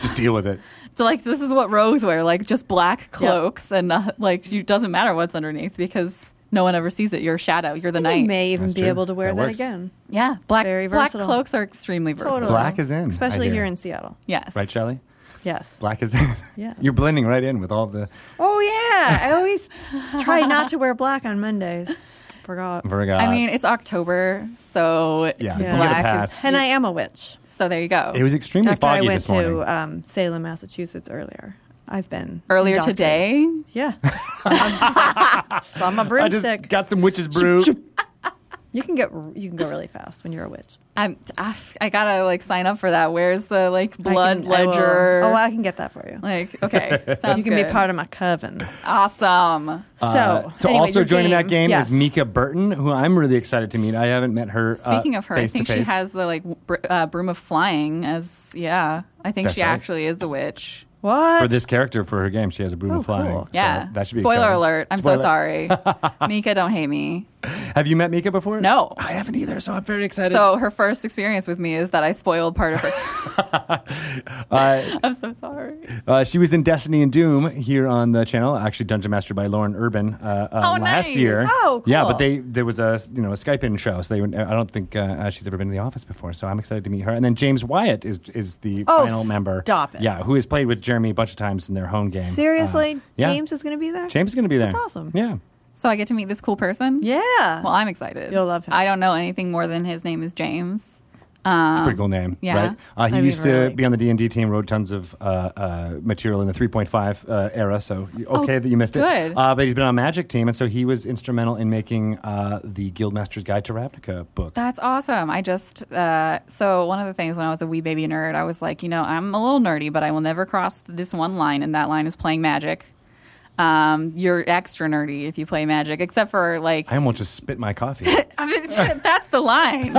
S1: Just deal with it.
S4: So like this is what rogues wear, like just black cloaks and uh, like you doesn't matter what's underneath because no one ever sees it. You're a shadow. You're the
S2: We
S4: knight.
S2: may even
S1: That's
S2: be
S1: true.
S2: able to wear
S1: That
S2: that,
S1: works.
S2: again.
S4: yeah, black
S2: very
S4: black
S2: versatile.
S4: cloaks are extremely versatile.
S2: Totally.
S1: Black is in, I
S2: especially
S1: hear.
S2: here in Seattle.
S4: Yes.
S1: Right, Shelley?
S2: Yes.
S1: Black is in.
S2: Yeah.
S1: You're blending right in with all the
S2: Oh yeah, I always try not to wear black on Mondays. Forgot.
S1: Virgo.
S4: I mean, it's October, so
S1: Uh, Yeah,
S2: you get a
S4: black
S1: pass.
S4: is.
S2: And I am a witch.
S4: So there you go.
S1: it was extremely
S2: After I
S1: foggy
S2: went
S1: this morning.
S2: to um, Salem, Massachusetts earlier, I've been
S4: Earlier
S2: inducted.
S4: today,
S2: Yeah, saw
S1: I
S2: my
S1: just
S2: broomstick.
S1: got some witch's brew.
S2: You can get you can go really fast when you're a witch.
S4: I'm, I, I gotta like sign up for that. Where's the like
S2: I can-
S4: blood
S2: I will-
S4: ledger?
S2: oh, I can get that for you.
S4: like okay, sounds
S2: you can
S4: good.
S2: be part of my coven.
S4: Awesome.
S1: Uh,
S2: so, anyway,
S1: also
S2: your
S1: joining that game
S2: yes.
S1: is Mika Burton, who I'm really excited to meet. I haven't met her. uh,
S4: Speaking of her, I
S1: face to
S4: think she
S1: face.
S4: has the like br- uh, broom of flying. As yeah, I think
S1: That's
S4: she
S1: right.
S4: actually is a witch.
S2: What?
S1: for this character for her game. She has a broom
S2: Oh,
S1: of flying.
S2: cool.
S1: so
S4: Yeah,
S1: that should be
S4: spoiler
S1: exciting.
S4: alert. I'm so
S1: Spoiler-
S4: sorry, Mika. Don't hate me.
S1: Have you met Mika before?
S4: No.
S1: I haven't either. So I'm very excited.
S4: So her first experience with me is that I spoiled part of her. I'm so sorry.
S1: Uh, she was in Destiny and Doom here on the channel, actually Dungeon Master by Lauren Urban uh, uh,
S4: Oh,
S1: last
S4: nice.
S1: year.
S2: Oh,
S1: yeah,
S2: cool.
S1: but they there was a you know a Skype in show, so they would, I don't think uh, uh, she's ever been to the office before. So I'm excited to meet her. And then James Wyatt is is the
S2: Oh,
S1: final member.
S2: stop it.
S1: Yeah, who has played with Jeremy a bunch of times in their home game.
S2: seriously,
S1: Uh, yeah.
S2: James is going to be there.
S1: James is going to be there.
S2: That's awesome.
S1: Yeah.
S4: So I get to meet this cool person.
S2: Yeah.
S4: Well, I'm excited.
S2: You'll love him.
S4: I don't know anything more than his name is James. Um,
S1: Pretty cool name,
S4: yeah.
S1: right? Uh, he
S2: I mean,
S1: used
S2: really.
S1: to be on the D and D team, wrote tons of uh, uh, material in the 3.5 uh, era, so you- okay that you missed
S4: Oh, good.
S1: it. Uh, but he's been on Magic team, and so he was instrumental in making uh, the Guildmaster's Guide to Ravnica book.
S4: That's awesome. I just uh, so one of the things when I was a wee baby nerd, I was like, you know, I'm a little nerdy, but I will never cross this one line, and that line is playing Magic. Um, you're extra nerdy if you play Magic, except for like,
S1: I almost just spit my coffee.
S4: I mean, shit, that's the line.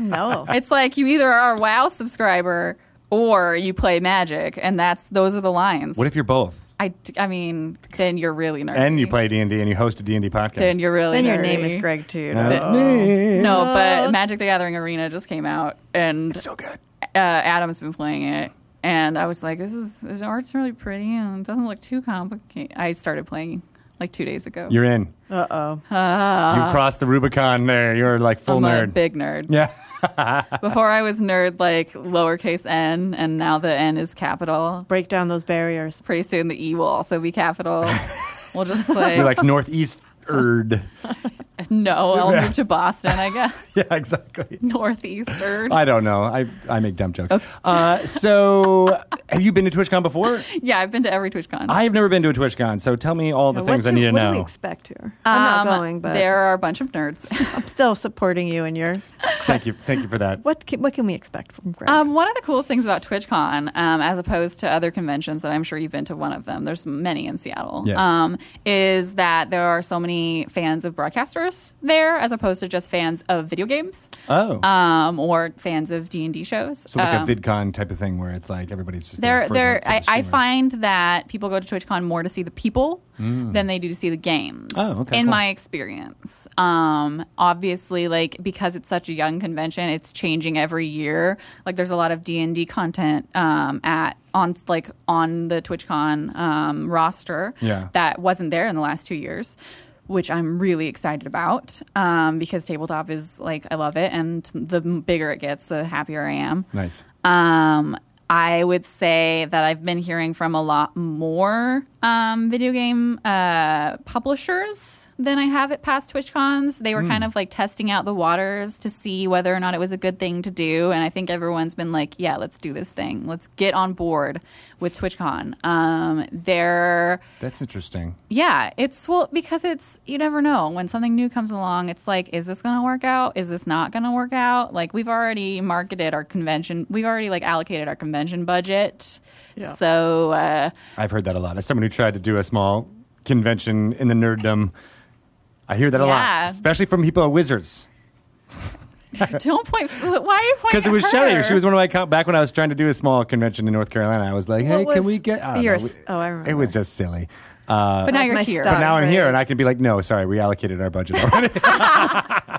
S2: no.
S4: it's like you either are a WoW subscriber or you play Magic, and that's those are the lines.
S1: what if you're both,
S4: I, I mean, then you're really nerdy,
S1: and you play D and D, and you host a D and D podcast? Oh,
S4: then you're really
S2: Then your
S4: nerdy.
S2: name is Greg too.
S1: That's me.
S4: No, but Magic: The Gathering Arena just came out, and
S1: so good.
S4: uh, Adam's been playing it, and I was like, "This is this art's really pretty, and it doesn't look too complicated." I started playing like two days ago.
S1: You're in.
S2: Uh oh.
S1: You've crossed the Rubicon. There, you're like full
S4: Ah. I'm a
S1: nerd.
S4: big nerd.
S1: yeah.
S4: Before I was nerd like lowercase n, and now the n is capital.
S2: Break down those barriers.
S4: Pretty soon the e will also be capital. we'll just like,
S1: You're like northeast erd.
S4: no, I'll move to Boston, I guess,
S1: yeah, exactly.
S4: northeastern.
S1: I don't know. I, I make dumb jokes. Uh, so, have you been to TwitchCon before?
S4: yeah, I've been to every TwitchCon.
S1: I have never been to a TwitchCon, so tell me all the
S2: Now,
S1: things
S2: what's
S1: I need
S2: your-
S1: to
S2: what do we
S1: know.
S2: expect here? I'm not
S4: Um,
S2: going, but
S4: there are a bunch of nerds.
S2: I'm still supporting you and your.
S1: thank you, thank you for that.
S2: What can, what can we expect from Greg?
S4: Um, one of the coolest things about TwitchCon, um, as opposed to other conventions that I'm sure you've been to one of them, there's many in Seattle,
S1: Yes.
S4: um, is that there are so many fans of broadcasters there, as opposed to just fans of video games
S1: Oh,
S4: um, or fans of D and D shows.
S1: so like
S4: Um,
S1: a VidCon type of thing where it's like everybody's just there.
S4: there,
S1: for
S4: there.
S1: the- for
S4: I,
S1: the
S4: I
S1: streamer.
S4: find that people go to TwitchCon more to see the people than they do to see the games.
S1: Mm. Oh, okay,
S4: in
S1: cool.
S4: my experience, um, obviously, like because it's such a young convention, it's changing every year. Like, there's a lot of D and D content um, at on like on the TwitchCon um, roster
S1: Yeah.
S4: that wasn't there in the last two years. Which I'm really excited about um, because tabletop is like, I love it. And the bigger it gets, the happier I am.
S1: nice.
S4: Um, I would say that I've been hearing from a lot more um, video game uh, publishers than I have at past TwitchCons. They were kind of like testing out the waters to see whether or not it was a good thing to do. And I think everyone's been like, yeah, let's do this thing. Let's get on board with TwitchCon. Um, they're.
S1: That's interesting.
S4: Yeah, it's well because it's you never know when something new comes along. It's like, is this going to work out? Is this not going to work out? Like we've already marketed our convention. We've already like allocated our convention budget.
S2: Yeah.
S4: So uh,
S1: I've heard that a lot. As someone who tried to do a small convention in the nerddom, I hear that a
S4: Yeah.
S1: lot, especially from people at Wizards.
S4: don't point. Why are you pointing?
S1: Because it was
S4: at
S1: Shelley.
S4: her?
S1: She was one of my co- back when I was trying to do a small convention in North Carolina. I was like, "Hey,
S2: What
S1: can
S2: was
S1: we get?" I don't
S2: your
S1: know.
S2: s- oh, I remember.
S1: It was just silly. Uh,
S4: but now
S2: That's
S4: you're
S2: my
S4: here.
S2: stuff.
S1: But now I'm here, and I
S2: Raise.
S1: can be like, no, sorry, we allocated our budget already.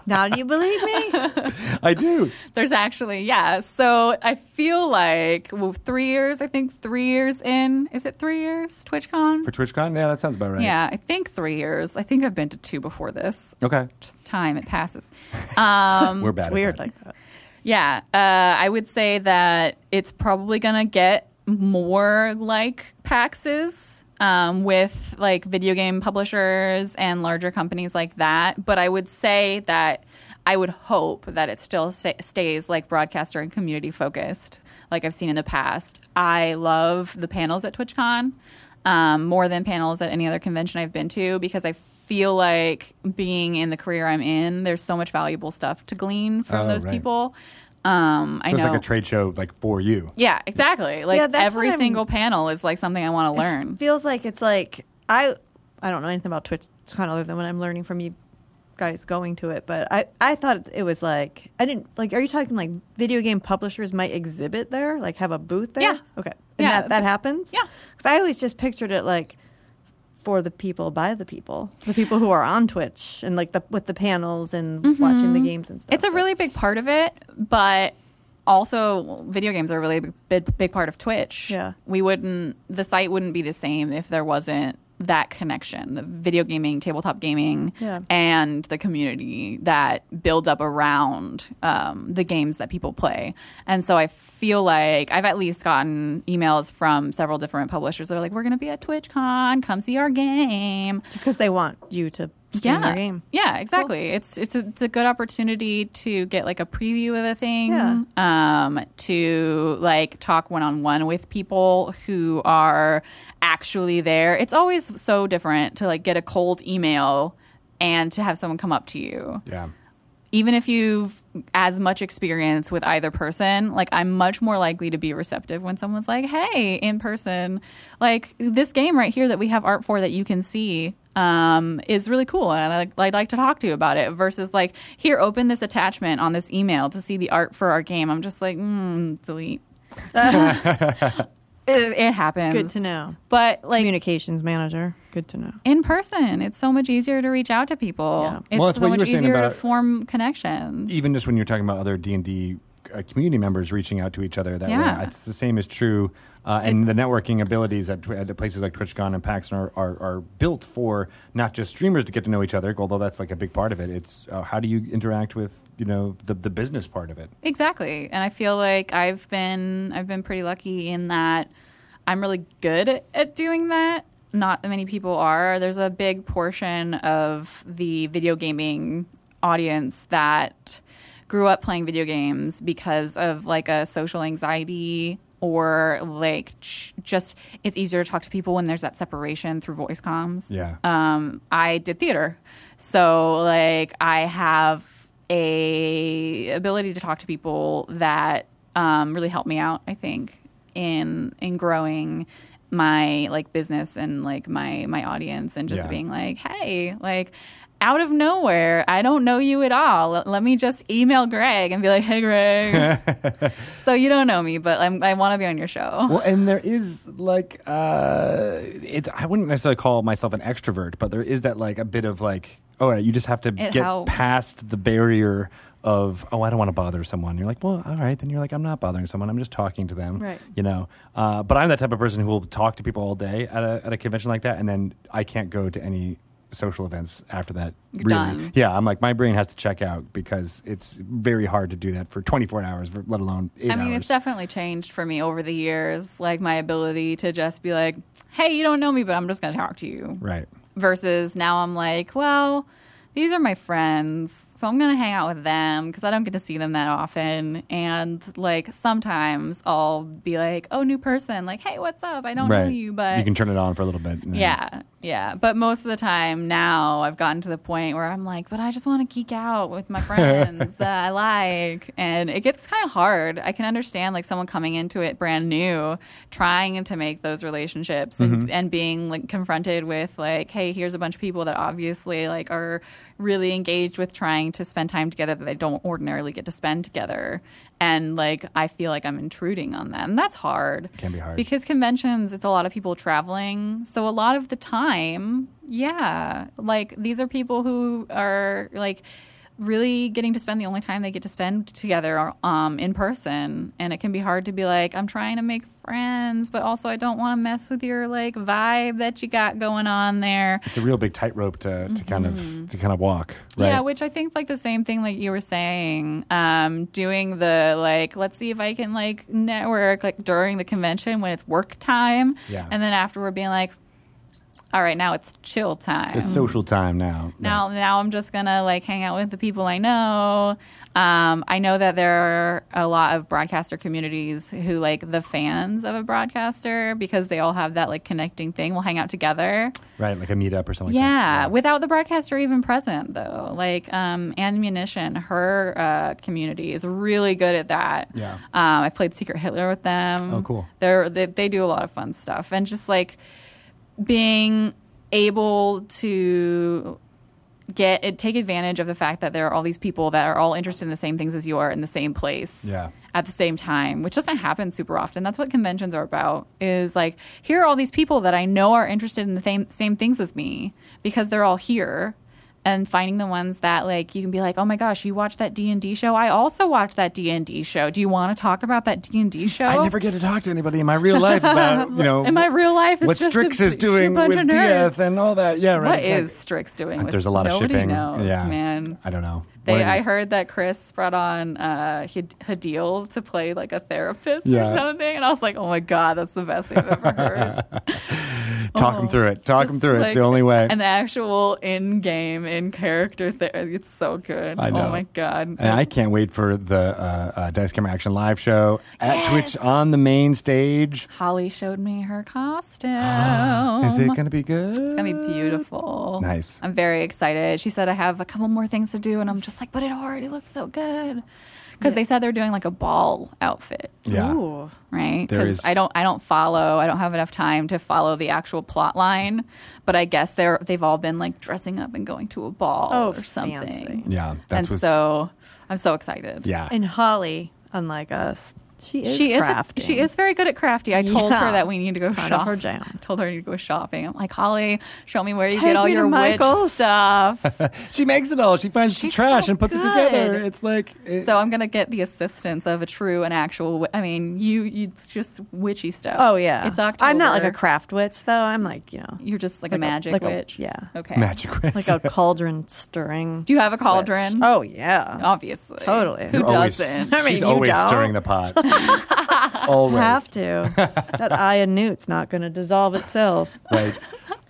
S2: Now do you believe me?
S1: I do.
S4: There's actually, yeah. So I feel like well, three years, I think three years in, is it three years, TwitchCon?
S1: For TwitchCon? Yeah, that sounds about right.
S4: Yeah, I think three years. I think I've been to two before this.
S1: Okay.
S4: Just time, it passes. Um, Mm,
S1: We're bad.
S2: It's
S1: at
S2: weird
S1: that.
S2: like that.
S4: Yeah, uh, I would say that it's probably gonna get more like PAXs um, with like video game publishers and larger companies like that. But I would say that I would hope that it still sa- stays like broadcaster and community focused, like I've seen in the past. I love the panels at TwitchCon. Um, more than panels at any other convention I've been to because I feel like being in the career I'm in, there's so much valuable stuff to glean
S1: Oh,
S4: from those
S1: right.
S4: people people. Um, I
S1: So it's
S4: know.
S1: like a trade show, like for you.
S4: yeah, exactly. Like
S2: Yeah, that's
S4: every
S2: what I'm-
S4: single panel is like something I want to learn.
S2: Feels like it's like I I don't know anything about Twitch kind of other than what I'm learning from you guys going to it, but I I thought it was like I didn't like are you talking like video game publishers might exhibit there, like have a booth there?
S4: Yeah.
S2: Okay. And
S4: Yeah.
S2: that that happens?
S4: Yeah.
S2: Cuz I always just pictured it like for the people by the people, the people who are on Twitch and like the with the panels and watching the games and stuff.
S4: It's a
S2: but-
S4: really big part of it, but also video games are a really big, big part of Twitch.
S2: Yeah.
S4: we wouldn't. The site wouldn't be the same if there wasn't that connection the video gaming tabletop gaming
S2: Yeah.
S4: and the community that builds up around um, the games that people play and so i feel like i've at least gotten emails from several different publishers that are like we're going to be at twitchcon come see our game
S2: because they want you to stream
S4: yeah.
S2: their game.
S4: Yeah, exactly. It's it's a, it's a good opportunity to get like a preview of a thing.
S2: Yeah.
S4: Um, to like talk one on one with people who are actually there. It's always so different to like get a cold email and to have someone come up to you
S1: Yeah.
S4: even if you've as much experience with either person, like I'm much more likely to be receptive when someone's like, "Hey, in person, like this game right here that we have art for that you can see." Um, is really cool, and I, I'd like to talk to you about it. Versus, like, here, open this attachment on this email to see the art for our game. I'm just like, mm, delete. it, it happens.
S2: Good to know.
S4: But like
S2: Communications manager. Good to know.
S4: in person, it's so much easier to reach out to people.
S2: Yeah.
S4: It's
S1: Well, that's what
S4: so
S1: you
S4: much
S1: were saying
S4: easier to
S1: about-
S4: form connections.
S1: Even just when you're talking about other D and D uh, community members reaching out to each other, that
S4: Yeah.
S1: way, it's the same is true. Uh, and the networking abilities at, tw- at places like TwitchCon and PAX are, are, are built for not just streamers to get to know each other, although that's like a big part of it. It's uh, how do you interact with you know the, the business part of it.
S4: Exactly. And I feel like I've been I've been pretty lucky in that I'm really good at doing that. Not many people are. There's a big portion of the video gaming audience that grew up playing video games because of like a social anxiety or like ch- just it's easier to talk to people when there's that separation through voice comms
S1: Yeah.
S4: um, I did theater, so like I have a ability to talk to people that um, really helped me out. I think in in growing my like business and like my my audience and just
S1: Yeah.
S4: being like, hey, like out of nowhere, I don't know you at all. Let- Let me just email Greg and be like, hey, Greg. so you don't know me, but I'm, I want to be on your show.
S1: Well, and there is like uh, it's. I wouldn't necessarily call myself an extrovert, but there is that like a bit of like, oh, you just have to get
S4: helps.
S1: past the barrier of oh, I don't want to bother someone. You're like, well, all right, then you're like, I'm not bothering someone. I'm just talking to them,
S2: Right.
S1: You know. Uh, but I'm that type of person who will talk to people all day at a at a convention like that, and then I can't go to any social events after that.
S4: You're
S1: really,
S4: done.
S1: yeah. I'm like, my brain has to check out because it's very hard to do that for 24 hours, for- let alone eight
S4: I mean,
S1: hours.
S4: it's definitely changed for me over the years. Like my ability to just be like, "Hey, you don't know me, but I'm just going to talk to you."
S1: right.
S4: Versus now, I'm like, "Well, these are my friends, so I'm going to hang out with them because I don't get to see them that often." And like sometimes I'll be like, "Oh, new person. Like, hey, what's up? I don't know you, but
S1: you can turn it on for a little bit. and then-
S4: yeah, yeah. But most of the time now, I've gotten to the point where I'm like, but I just want to geek out with my friends that I like, and it gets kind of hard. I can understand like someone coming into it brand new, trying to make those relationships, and, and being like confronted with like, hey, here's a bunch of people that obviously like are really engaged with trying to spend time together that they don't ordinarily get to spend together. And like, I feel like I'm intruding on that. And that's hard.
S1: Can be hard.
S4: Because conventions, it's a lot of people traveling. So a lot of the time, yeah, like these are people who are like, really getting to spend the only time they get to spend together um, in person and it can be hard to be like i'm trying to make friends but also i don't want to mess with your like vibe that you got going on there
S1: It's a real big tightrope to, to kind of to kind of walk. Right?
S4: Mm-hmm. yeah which i think like the same thing like you were saying um, doing the like let's see if i can like network like during the convention when it's work time
S1: Yeah.
S4: and then afterward being like all right now it's chill time
S1: it's social time now.
S4: Now, now I'm just gonna like hang out with the people I know. Um, I know that there are a lot of broadcaster communities who like the fans of a broadcaster because they all have that like connecting thing. We'll hang out together.
S1: Right, like a meetup or something like
S4: yeah,
S1: that.
S4: without the broadcaster even present though. Like um, ammunition, her uh, community is really good at that.
S1: Yeah.
S4: Um, I've played Secret Hitler with them.
S1: Oh, cool.
S4: They're, they they do a lot of fun stuff and just like being able to get it, take advantage of the fact that there are all these people that are all interested in the same things as you are in the same place
S1: Yeah.
S4: at the same time, which doesn't happen super often. That's what conventions are about. Is like here are all these people that I know are interested in the same same things as me because they're all here. And finding the ones that like you can be like, oh my gosh, you watched that D and D show. I also watched that D and D show. Do you want to talk about that D and D show?
S1: I never get to talk to anybody in my real life about you know
S4: in my real life, it's
S1: what
S4: just
S1: Strix
S4: a
S1: is
S4: b-
S1: doing
S4: sheer bunch
S1: with
S4: of nerds.
S1: DF and all that. Yeah, right.
S4: What
S1: exactly.
S4: is Strix doing?
S1: Uh,
S4: with-
S1: There's a lot of
S4: Nobody
S1: shipping.
S4: Knows,
S1: yeah,
S4: man.
S1: I don't know. What
S4: They,
S1: it
S4: I
S1: is.
S4: heard that Chris brought on uh, Had- Hadil to play like a therapist
S1: Yeah.
S4: or something, and I was like, "Oh my god, that's the best thing I've ever heard."
S1: Talk them through it. Talk them
S4: oh, Just,
S1: through it. It's
S4: like,
S1: the only way.
S4: An actual in-game, in-character therapy. It's so good.
S1: I know.
S4: Oh my god.
S1: And I can't wait for the uh, uh, Dice Camera Action live show at Twitch on the main stage.
S4: Holly showed me her costume.
S1: Is it going to be good?
S4: Um, It's gonna be beautiful.
S1: Nice.
S4: I'm very excited. She said I have a couple more things to do, and I'm just like, but it already looks so good. Because they said they're doing like a ball outfit,
S1: Yeah.
S2: Ooh.
S4: right?
S1: There
S4: Because
S1: is-
S4: I don't, I don't follow. I don't have enough time to follow the actual plot line. But I guess they're they've all been like dressing up and going to a ball
S2: Oh,
S4: or something.
S2: fancy.
S1: Yeah. That's
S4: and
S1: what's,
S4: so I'm so excited.
S1: Yeah.
S2: And Holly, unlike us, she is
S4: she is
S2: crafting.
S4: she is very good at crafty. I told
S2: Yeah.
S4: her that we need to go
S2: It's part
S4: shop.
S2: of her jam.
S4: I told her I need to go shopping. I'm like, Holly, show me where you
S2: Take
S4: get all
S2: me to
S4: your witch
S2: Michael's."
S4: stuff.
S1: she makes it all. She finds the
S4: She's
S1: trash
S4: so
S1: and puts it
S4: good.
S1: together. It's like. It,
S4: So I'm gonna get the assistance of a true and actual. wi- I mean, you, you it's just witchy stuff.
S2: Oh yeah,
S4: it's October.
S2: I'm not like a craft witch though. I'm like you know,
S4: You're just like, a
S2: like a-
S4: magic
S2: like a-
S4: witch.
S2: yeah.
S4: Okay.
S1: Magic Witch.
S2: like a cauldron stirring.
S4: Do you have a
S2: witch.
S4: cauldron?
S2: Oh yeah,
S4: Obviously.
S2: Totally.
S4: Who
S2: You're
S1: always-
S4: doesn't?
S2: I mean,
S1: she's
S2: you
S1: always
S2: don't.
S1: stirring the pot. always.
S2: have to. that eye of Newt's not going to dissolve itself.
S1: right.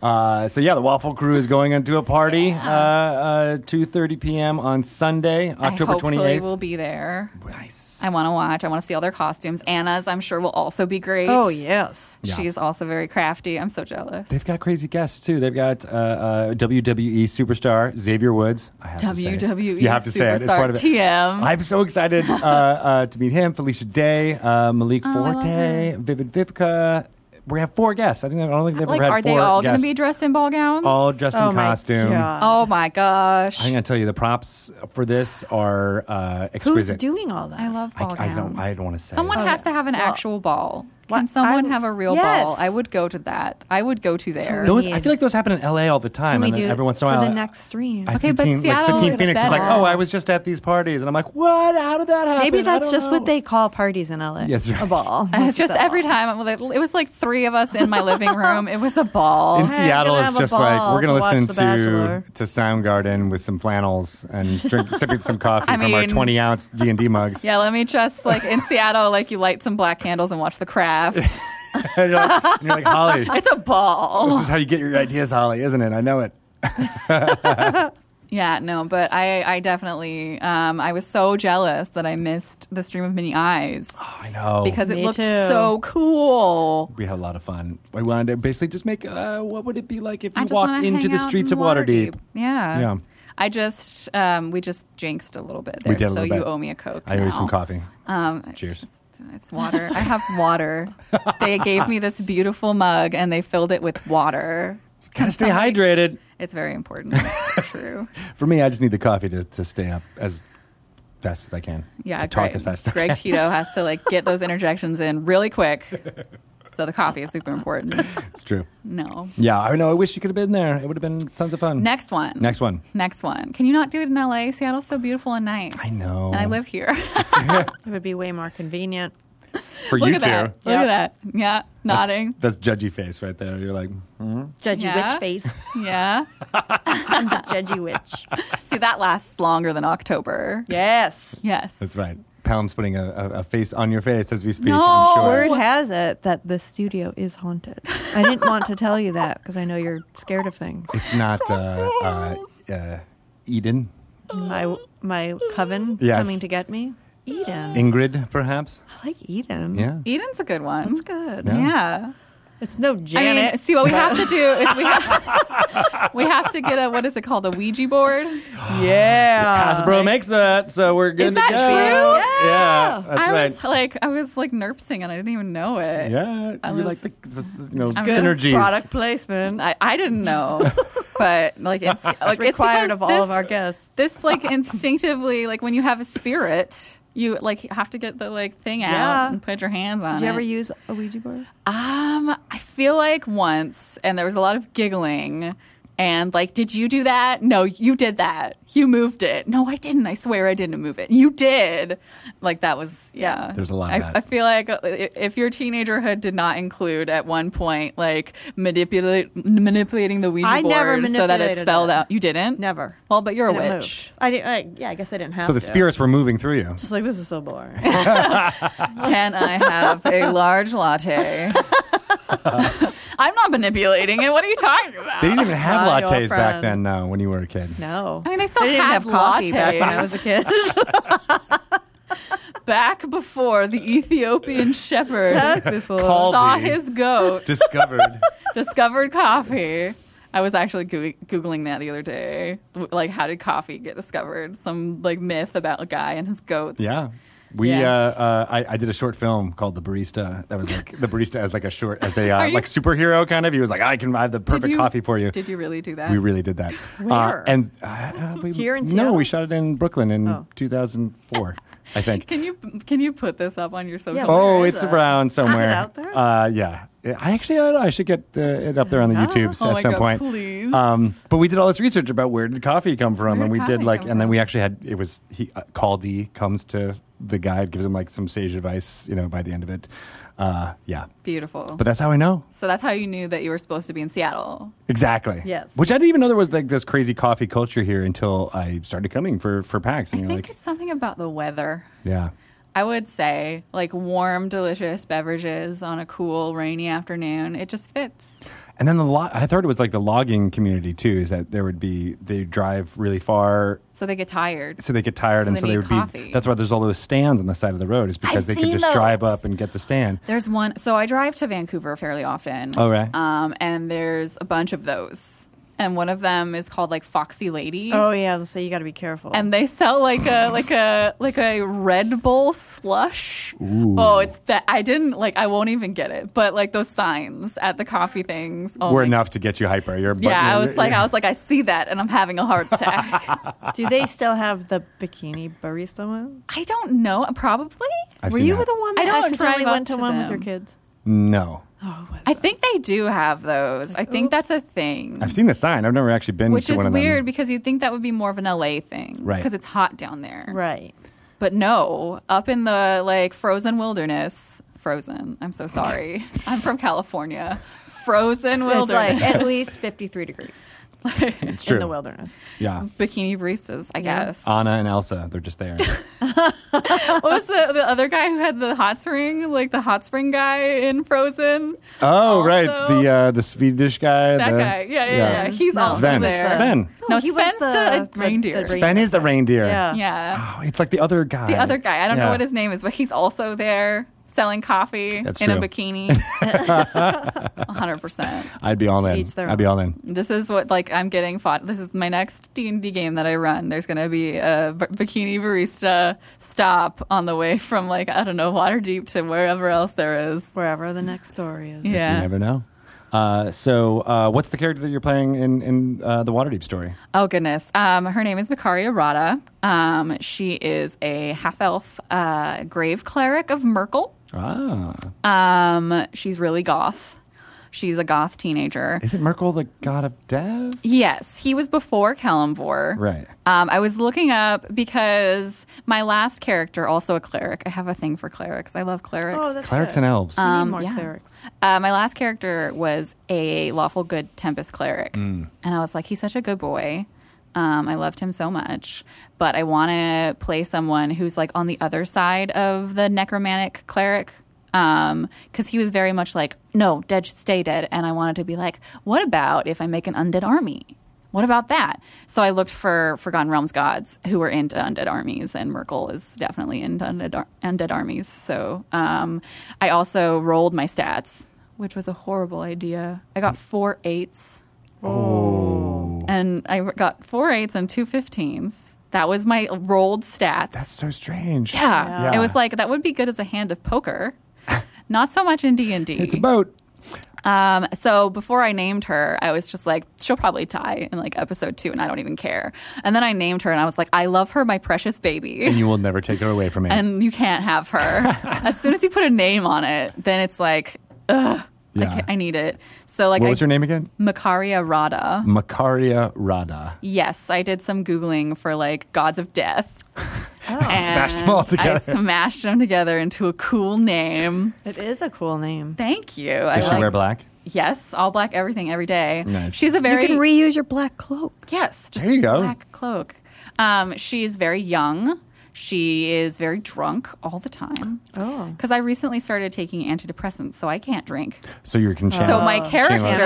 S1: Uh, so yeah, the Waffle Crew is going into a party uh, uh, two thirty p.m. on Sunday, October
S4: I hopefully
S1: twenty eighth.
S4: will be there.
S1: nice.
S4: I want to watch. I want to see all their costumes. Anna's, I'm sure, will also be great.
S2: Oh yes,
S1: Yeah.
S4: She's also very crafty. I'm so jealous.
S1: They've got crazy guests too. They've got uh, uh, WWE superstar Xavier Woods. I have to say it.
S4: WWE
S1: You have to say it. It's
S4: E superstar
S1: part of it.
S4: TM.
S1: I'm so excited uh, uh, to meet him. Felicia Day, uh, Malik
S4: Oh, I love
S1: Forte, Vivid Vivka. We have four guests. I think I don't think they've
S4: like,
S1: ever had
S4: are
S1: four
S4: they all
S1: guests.
S4: gonna be dressed in ball gowns?
S1: all dressed
S2: oh
S1: in
S2: my
S1: costume.
S2: God.
S4: oh my gosh!
S1: I'm gonna tell you the props for this are uh,
S2: Who's
S1: exquisite.
S2: doing all that?
S4: I love ball
S1: I, I
S4: gowns.
S1: don't. I don't want to say. Oh,
S4: Someone
S1: it.
S4: has to have an actual ball.
S2: Well,
S4: Can someone
S2: I-
S4: have a real
S2: Yes.
S4: ball? I would go to that. I would go to there.
S2: Don't-
S1: Those, I feel like those happen in L.A. all the time,
S2: Can we
S1: and then
S2: do
S1: every once in a
S2: for
S1: while.
S2: the next stream?
S1: I
S4: Okay,
S1: see
S4: but
S1: team, like
S4: Seattle
S1: Satine
S4: is
S1: Phoenix is like,
S4: better.
S1: oh, I was just at these parties, and I'm like, what? How did that happen?
S2: Maybe
S1: I
S2: that's
S1: don't
S2: just
S1: know."
S2: what they call parties in LA.
S1: Yes,
S2: a
S1: right.
S2: ball.
S4: Uh,
S2: It's
S4: just
S2: a
S4: every
S2: ball.
S4: time, I'm like- it was like three of us in my living room. It was a ball.
S1: in Seattle.
S2: gonna
S1: It's
S2: have a
S1: just like
S2: ball
S1: we're
S2: to
S1: gonna
S2: watch
S1: listen
S2: The
S1: to
S2: Bachelor.
S1: to Soundgarden with some flannels and drink sipping some coffee
S4: I
S1: from our
S4: mean-
S1: 20 ounce D and D mugs.
S4: yeah, let me just like in Seattle, like you light some black candles and watch the craft.
S1: And you're, like, and you're like, Holly,
S4: It's a ball.
S1: this is how you get your ideas, Holly, isn't it? I know it.
S4: Yeah, no, but I, I definitely, um, I was so jealous that I missed the stream of many eyes
S1: Oh, I know
S4: because it
S2: Me
S4: looked
S2: too.
S4: so cool.
S1: we had a lot of fun. We wanted to basically just make. Uh, what would it be like if
S4: I
S1: you
S4: just
S1: walked
S4: wanna
S1: into
S4: hang
S1: the
S4: out
S1: streets
S4: in
S1: of Waterdeep?
S4: Yeah.
S1: Yeah.
S4: I just um, we just jinxed a little bit there,
S1: did a
S4: so
S1: little
S4: you
S1: bit.
S4: owe me a coke.
S1: I owe you some
S4: now.
S1: coffee.
S4: Um, I
S1: Cheers.
S4: just- it's water. I have water. they gave me this beautiful mug and they filled it with water.
S1: Gotta stay
S4: somebody-
S1: hydrated.
S4: It's very important. It's true.
S1: For me, I just need the coffee to, to stay up as fast as I can.
S4: Yeah,
S1: to
S4: Greg,
S1: talk as fast as I
S4: Greg
S1: can.
S4: Tito has to like get those interjections in really quick. So the coffee is super important.
S1: It's true.
S4: No.
S1: Yeah, I know. I wish you could have been there. It would have been tons of fun.
S4: Next one.
S1: Next one.
S4: Next one. Can you not do it in LA? Seattle's so beautiful and nice.
S1: I know.
S4: And I live here.
S2: It would be way more convenient.
S1: For
S4: Look
S1: you
S4: at
S1: two.
S4: that. Look at that. Yeah. Nodding.
S1: That's judgy face right there. You're like,
S2: Judgy
S4: Yeah.
S2: witch face.
S4: Yeah.
S2: I'm the judgy witch.
S4: See, that lasts longer than October.
S2: Yes.
S4: Yes.
S1: that's right. Pound's putting a, a, a face on your face as we speak.
S4: No,
S1: I'm sure.
S2: Word
S4: What?
S2: has it that the studio is haunted. I didn't want to tell you that because I know you're scared of things.
S1: It's not uh, uh, uh, Eden,
S2: My my coven
S1: Yes.
S2: coming to get me. Eden.
S1: Ingrid, perhaps.
S2: I like Eden.
S1: Yeah.
S4: Eden's a good one.
S2: It's good.
S1: Yeah.
S4: Yeah.
S2: It's no
S4: I
S2: Janet.
S4: mean, see, what we have to do is we have, we have to get a, what is it called? A Ouija board?
S2: yeah.
S1: Hasbro makes that, so we're good
S4: Is that
S1: to go.
S4: true?
S1: Yeah, that's
S4: I
S1: right.
S4: was like, I was like nerpsing and I didn't even know it.
S1: yeah,
S4: I
S1: you like
S4: was-
S1: the, the you know
S4: I'm
S2: Good
S1: synergies.
S2: Product placement.
S4: I, I didn't know, but like it's like it's
S2: required
S4: because
S2: of all
S4: this,
S2: of our guests.
S4: This like instinctively, like when you have a spirit, you like have to get the like thing
S2: Yeah.
S4: out and put your hands on
S2: Did you ever
S4: it.
S2: use a Ouija board?
S4: um, I feel like once, and there was a lot of giggling. And like, did you do that? No, you did that. You moved it. No, I didn't. I swear I didn't move it. You did. Like that was yeah.
S1: There's a lot
S4: I,
S1: of that.
S4: I feel like uh, i- if your teenagerhood did not include at one point like manipulate manipulating the Ouija
S2: I
S4: board
S2: never
S4: so that
S2: manipulated
S4: it spelled
S2: it.
S4: out, you didn't.
S2: Never.
S4: Well, but you're a
S2: I didn't
S4: witch.
S2: move. I didn't. I, yeah, I guess I didn't have.
S1: So the
S2: to.
S1: spirits were moving through you.
S2: Just like this is so boring.
S4: Can I have a large latte? I'm not manipulating it. What are you talking about?
S1: They didn't even have
S2: Not your
S1: lattes back
S2: friend.
S1: then, no, when you were a kid.
S2: no.
S4: I mean, they still
S2: didn't
S4: had
S2: have coffee back when I
S4: lattes.
S2: was a kid.
S4: Back before the Ethiopian shepherd
S2: before.
S1: Called
S4: saw
S1: you.
S4: his goat,
S1: Discovered.
S4: discovered coffee. I was actually goo- googling that the other day. W- Like, how did coffee get discovered? Some like myth about a guy and his goats.
S1: Yeah. We uh,
S4: Yeah.
S1: uh I, I did a short film called The Barista. That was like the barista as like a short as a uh,
S4: Are you-
S1: like superhero kind of. He was like, I can I have the perfect
S4: you-
S1: coffee for you.
S4: Did you really do that?
S1: we really did that. Uh,
S2: Where?
S1: and uh, uh, we,
S2: Here in
S1: no,
S2: Seattle?
S1: we shot it in Brooklyn in
S2: Oh.
S1: 2004, I think.
S4: Can you can you put this up on your social?
S2: Yeah,
S4: media?
S1: Oh,
S2: Where is
S1: it's
S2: it?
S1: around somewhere.
S2: out there?
S1: Uh, yeah. I actually I don't know. I should get uh, it up there on the
S2: Oh.
S1: YouTubes
S4: Oh
S1: at
S4: my
S1: some
S4: God,
S1: point.
S4: please.
S1: Um, but we did all this research about where did coffee come from,
S4: Where
S1: and we
S4: did coffee
S1: did like,
S4: come
S1: and then
S4: from?
S1: we actually had it was he uh, Caldy comes to the guide, gives him like some sage advice, you know, by the end of it. Uh, yeah,
S4: Beautiful.
S1: but that's how I know
S4: so that's how you knew that you were supposed to be in Seattle.
S1: exactly.
S2: Yes.
S1: which I didn't even know there was like this crazy coffee culture here until I started coming for for packs,
S4: I
S1: and
S4: think
S1: you're like,
S4: it's something about the weather.
S1: yeah,
S4: I would say like warm, delicious beverages on a cool, rainy afternoon. It just fits.
S1: And then the lo- I thought it was like the logging community too. Is that there would be they drive really far,
S4: So they get tired.
S1: so they get tired,
S4: So
S1: and
S4: they
S1: so they
S4: need
S1: would be.
S4: coffee.
S1: That's why there's all those stands on the side of the road is because
S4: I've
S1: they could
S4: seen
S1: just drive
S4: those.
S1: up and get the stand.
S4: There's one. So I drive to Vancouver fairly often.
S1: All right.
S4: Um, and there's a bunch of those. And one of them is called like Foxy Lady.
S2: Oh yeah, so you got to be careful.
S4: and they sell like a like a like a Red Bull slush. Oh, it's that I didn't like. I won't even get it. But like those signs at the coffee things. Oh
S1: Were
S4: my-
S1: enough to get you hyper. You're
S4: Yeah, I was like, I was like, I see that, and I'm having a heart attack.
S2: do they still have the bikini barista one?
S4: I don't know. Probably.
S1: I've
S2: Were
S1: seen
S2: you
S1: that.
S2: the one
S4: I
S2: that
S4: don't
S2: accidentally
S4: drive up
S2: went to,
S4: to
S2: one
S4: them.
S2: with your kids?
S1: No,
S2: Oh, was
S4: I think they do have those. I think that's a thing.
S1: I've seen the sign. I've never actually been
S4: Which
S1: to
S4: is
S1: one of
S4: weird
S1: them.
S4: because you'd think that would be more of an LA thing,
S1: Right.
S4: Because it's hot down there,
S2: right.
S4: But no, up in the like frozen wilderness, frozen. I'm so sorry. I'm from California. Frozen
S2: It's like
S4: wilderness.
S2: at least fifty-three degrees
S1: It's true.
S2: in the wilderness.
S1: Yeah,
S4: Bikini baristas, I
S2: Yeah.
S4: guess.
S1: Anna and Elsa, they're just there.
S4: what was the, the other guy who had the hot spring, like the hot spring guy in Frozen?
S1: oh right,
S4: Also-
S1: the uh, the Swedish guy.
S4: That
S1: the-
S4: guy. Yeah, yeah, yeah. He's
S2: No,
S4: also
S1: Uh, Sven.
S4: there.
S1: Sven.
S4: No,
S2: No, he was
S4: Sven's the,
S2: the-
S4: reindeer.
S2: the- the
S1: Ben is the reindeer.
S2: Yeah.
S4: yeah.
S1: Oh, it's like the other guy.
S4: The other guy. I don't know
S1: Yeah.
S4: what his name is, but he's also there selling coffee
S1: That's
S4: in a
S1: true.
S4: bikini. 100%.
S1: I'd be all in.
S2: each their
S1: I'd be all in.
S4: This is what like I'm getting fought. This is my next D and D game that I run. There's gonna be a b- bikini barista stop on the way from like I don't know Waterdeep to wherever else there is.
S2: Wherever the next story is.
S1: You
S4: Yeah,
S1: never know. Uh, so, uh, what's the character that you're playing in, in uh, the Waterdeep story?
S4: Oh goodness. Um, her name is Makaria Rada. Um, she is a half elf uh, grave cleric of Merkel.
S1: Ah,
S4: Um, she's really goth. She's a goth teenager.
S1: isn't Merkel the god of death?
S4: Yes, he was before Kalimvor.
S1: Right.
S4: Um, I was looking up because my last character, also a cleric. I have a thing for clerics. I love clerics.
S2: Oh, that's
S1: Clerics
S2: good.
S1: and elves.
S2: We need
S4: Um,
S2: more
S4: yeah.
S2: clerics.
S4: Uh, my last character was a lawful good Tempest cleric, and I was like, he's such a good boy. Um, I loved him so much, but I want to play someone who's like on the other side of the necromantic cleric. Because he was very much like, no, dead should stay dead. And I wanted to be like, what about if I make an undead army? What about that? So I looked for Forgotten Realms gods who were into undead armies, and Merkel is definitely into undead, ar- undead armies. So um, I also rolled my stats, which was a horrible idea. I got four eights. Oh. And I got four eights and two 15s. That was my rolled stats.
S1: That's so strange.
S4: yeah.
S1: Yeah.
S4: It was like, that would be good as a hand of poker. Not so much in D&D.
S1: It's a boat.
S4: Um, so before I named her, I was just like, she'll probably die in like episode two, and I don't even care. And then I named her, and I was like, I love her, my precious
S1: And
S4: baby,
S1: you will never take her away from me.
S4: and you can't have her. as soon as you put a name on it, then it's like, ugh,
S1: Yeah.
S4: I, can't, I need it. So like,
S1: what
S4: I,
S1: was her name again?
S4: Makaria Rada.
S1: Makaria Rada.
S4: Yes, I did some googling for like gods of death. and
S1: Oh. Smashed them all
S4: I
S1: together.
S4: smashed them together into a cool name.
S2: It is a cool name.
S4: Thank you.
S1: Does she
S4: I like,
S1: wear black?
S4: Yes, all black, everything, every day.
S1: Nice.
S4: She's a very
S2: You can reuse your black cloak.
S4: Yes, just
S1: There you go.
S4: black cloak. Um, she is very young. She is very drunk all the time.
S2: Oh.
S4: Because I recently started taking antidepressants, so I can't drink.
S1: So you can channel.
S4: So my
S2: They're in
S4: character,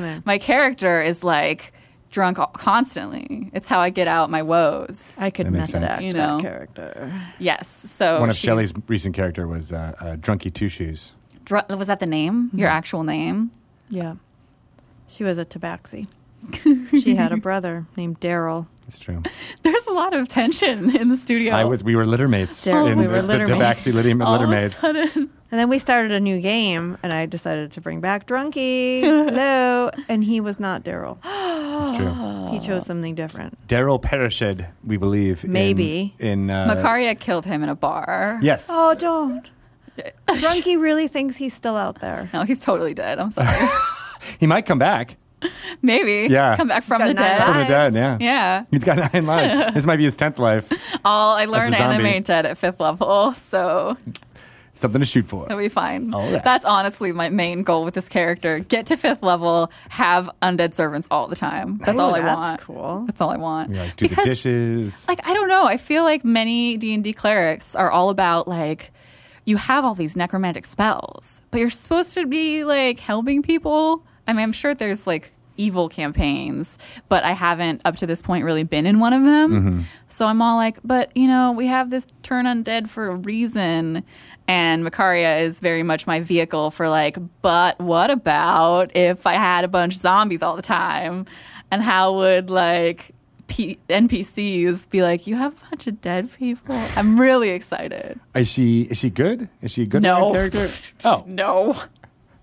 S2: there.
S4: my character is like drunk all- constantly. It's how I get out my woes.
S2: I could
S1: That makes
S2: method
S1: sense.
S2: act
S4: You know.
S2: that character.
S4: Yes. So
S1: One of
S4: Oh, she's
S1: Shelley's recent character was uh, uh, Drunky Two Shoes.
S4: dr- was that the name? Your actual name?
S2: Yeah. She was a tabaxi. she had a brother named Daryl.
S1: That's true.
S4: There's a lot of tension in the studio.
S1: I was. We were littermates.
S2: Yeah,
S1: in
S2: we
S1: the,
S2: were
S1: the
S2: littermates.
S1: Tabaxi litter-
S4: all of a
S1: littermates.
S4: sudden.
S2: And then we started a new game, and I decided to bring back Drunky. Hello. And he was not Daryl.
S1: That's true.
S2: He chose something different.
S1: Daryl perished. We believe. in-
S2: Maybe.
S1: in, uh,
S4: Makaria killed him in a bar.
S1: Yes.
S2: Oh, don't. Drunky really thinks he's still out there.
S4: No, he's totally dead. I'm sorry.
S1: He might come back
S4: Maybe.
S1: Yeah.
S4: Come back from
S2: got
S4: the
S2: nine
S4: dead.
S2: lives.
S1: from the dead. Yeah.
S4: Yeah.
S1: He's got nine lives. this might be his tenth life.
S4: All I learned
S1: zombie.
S4: anime dead at fifth level, so
S1: Something to shoot for.
S4: it'll be fine.
S1: Oh, yeah.
S4: That's honestly my main goal with this character. Get to fifth level, have undead servants all the time. That's all I
S2: That's
S4: want.
S2: cool.
S4: That's all I want.
S1: We, like do the dishes.
S4: like I don't know. I feel like many D and D clerics are all about like you have all these necromantic spells, but you're supposed to be like helping people. I mean, I'm sure there's like evil campaigns, but I haven't up to this point really been in one of them. So I'm all like, but you know, we have this turn undead for a reason. And Macaria is very much my vehicle for like, but what about if I had a bunch of zombies all the time? And how would like P- NPCs be like, "You have a bunch of dead people." I'm really excited.
S1: Is she is she good? Is she a good
S4: No.
S1: character? Oh,
S4: No, no,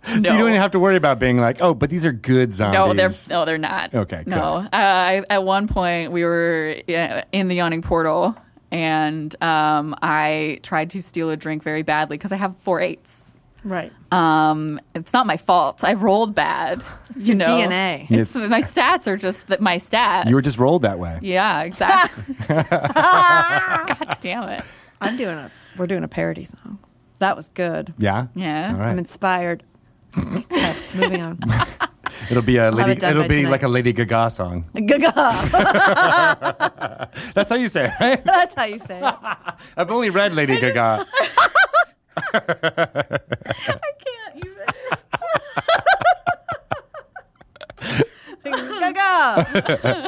S1: so you don't even have to worry about being like, oh, but these are good zombies.
S4: no, they're no, they're not.
S1: Okay,
S4: no. Uh, I, at one point, we were yeah, in the yawning portal, and um, I tried to steal a drink very badly because I have four eights.
S2: Right.
S4: Um, it's not my fault. I rolled bad. You know,
S2: DNA.
S4: It's, my stats are just that my stats.
S1: you were just rolled that way.
S4: yeah, exactly. God damn it.
S2: I'm doing a. We're doing a parody song. That was good.
S1: Yeah.
S4: Yeah.
S1: All right.
S2: I'm inspired. okay, moving on.
S1: It'll be a
S2: have
S1: lady.
S2: it done
S1: It will
S2: by
S1: be
S2: tonight.
S1: like a Lady Gaga song.
S2: Gaga.
S1: That's how you say it, right?
S2: That's how you say it.
S1: I've only read Lady Gaga.
S4: can't even.
S2: Gaga.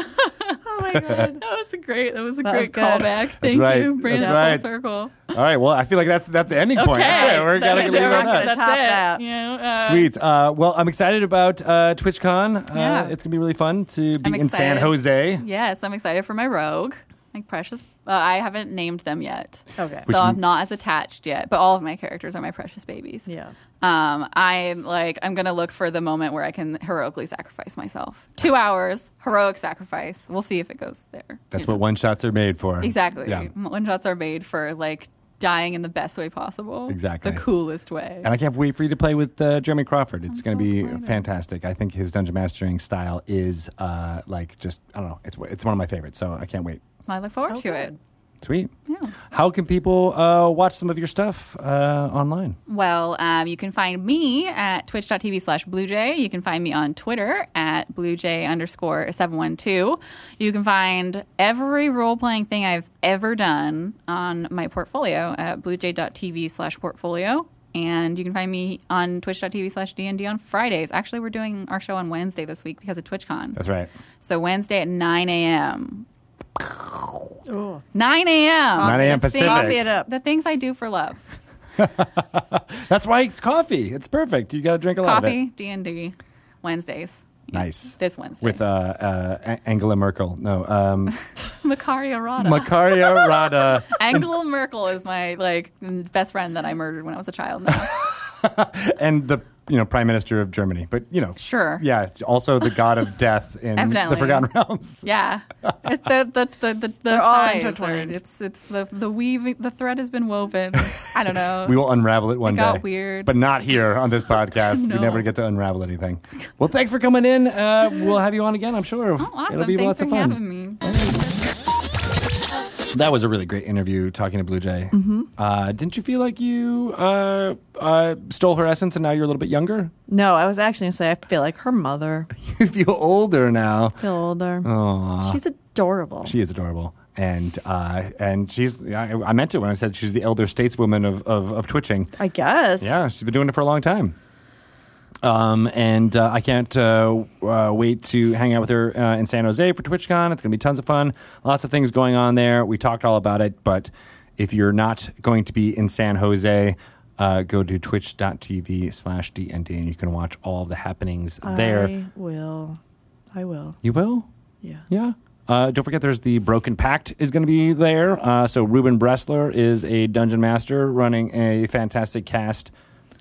S2: oh my god.
S4: That was a great. That was a
S2: That
S4: great
S2: was good.
S4: callback. Thank
S1: right.
S4: you,
S1: That's
S4: Brandon.
S1: right.
S4: Full circle.
S1: All right. Well, I feel like that's that's the ending point.
S4: Okay.
S1: That's it. We're gonna
S4: That's
S1: leave it
S4: it.
S1: on that.
S4: That's
S2: Top
S4: it.
S2: that.
S4: You know, uh,
S1: Sweet. Uh, well, I'm excited about uh, TwitchCon. Uh,
S4: Yeah.
S1: It's gonna be really fun to be
S4: I'm
S1: in San
S4: excited.
S1: Jose.
S4: Yes, I'm excited for my rogue, my precious Uh, I haven't named them yet.
S2: Okay.
S4: So I'm not as attached yet, but all of my characters are my precious babies.
S2: Yeah.
S4: Um, I'm like, I'm going to look for the moment where I can heroically sacrifice myself. Two hours, heroic sacrifice. We'll see if it goes there.
S1: That's
S4: You know?
S1: what one shots are made for.
S4: Exactly.
S1: Yeah.
S4: One shots are made for like dying in the best way possible.
S1: Exactly.
S4: The coolest way.
S1: And I can't wait for you to play with uh, Jeremy Crawford. It's going to
S4: so
S1: be
S4: excited.
S1: fantastic. I think his dungeon mastering style is uh, like just I don't know. It's it's one of my favorites, so I can't wait.
S4: I look forward to it.
S1: Sweet.
S4: Yeah.
S1: How can people uh, watch some of your stuff uh, online?
S4: Well, um, you can find me at twitch.tv slash bluejay. You can find me on Twitter at bluejay underscore 712. You can find every role playing thing I've ever done on my portfolio at bluejay.tv slash portfolio. And you can find me on twitch.tv slash DND on Fridays. Actually, we're doing our show on Wednesday this week because of TwitchCon.
S1: That's right.
S4: So Wednesday at 9 a.m.
S2: Oh,
S4: 9 a.m.
S1: 9 a.m.
S4: The things-
S1: Pacific. Coffee
S2: it up.
S4: The things I do for love.
S1: That's why it's coffee. It's perfect. You got to drink a lot of it.
S4: Coffee, D&D, Wednesdays.
S1: Nice.
S4: This Wednesday.
S1: With uh, uh, A- Angela Merkel. No, um,
S4: Macario Rada.
S1: Macaria Rada.
S4: Angela Merkel is my like best friend that I murdered when I was a child. No.
S1: and the you know prime minister of Germany. But you know,
S4: Sure.
S1: yeah, also the god of death in the
S4: Evidently.
S1: Forgotten Realms.
S4: Yeah. It's the the the, the, the
S2: They're all
S4: ties are-
S2: intertwined.
S4: It's it's the the weaving the thread has been woven. I don't know.
S1: We will unravel it one
S4: got
S1: day.
S4: weird.
S1: but not here on this podcast. We
S4: No.
S1: never get to unravel anything. Well, thanks for coming in. Uh, we'll have you on again, I'm sure.
S4: Oh, awesome.
S1: It'll be
S4: Thanks
S1: lots
S4: for
S1: of fun.
S4: having me.
S1: That was a really great interview talking to Blue Jay. Uh, didn't you feel like you uh, uh, stole her essence and now you're a little bit younger?
S2: No, I was actually going to say, I feel like her mother.
S1: you feel older now.
S2: I feel older.
S1: Aw.
S2: She's adorable.
S1: Oh. She is adorable. And uh, and she's I, I meant it when I said she's the elder stateswoman of, of, of twitching.
S2: I guess.
S1: Yeah, she's been doing it for a long time. Um, and uh, I can't uh, uh, wait to hang out with her uh, in San Jose for TwitchCon. It's going to be tons of fun. Lots of things going on there. We talked all about it, but if you're not going to be in San Jose, uh, go to twitch.tv slash DND and you can watch all of the happenings there.
S2: I will. I will.
S1: You will?
S2: Yeah.
S1: Yeah. Uh, don't forget, there's the Broken Pact is going to be there. Uh, so Ruben Bressler is a dungeon master running a fantastic cast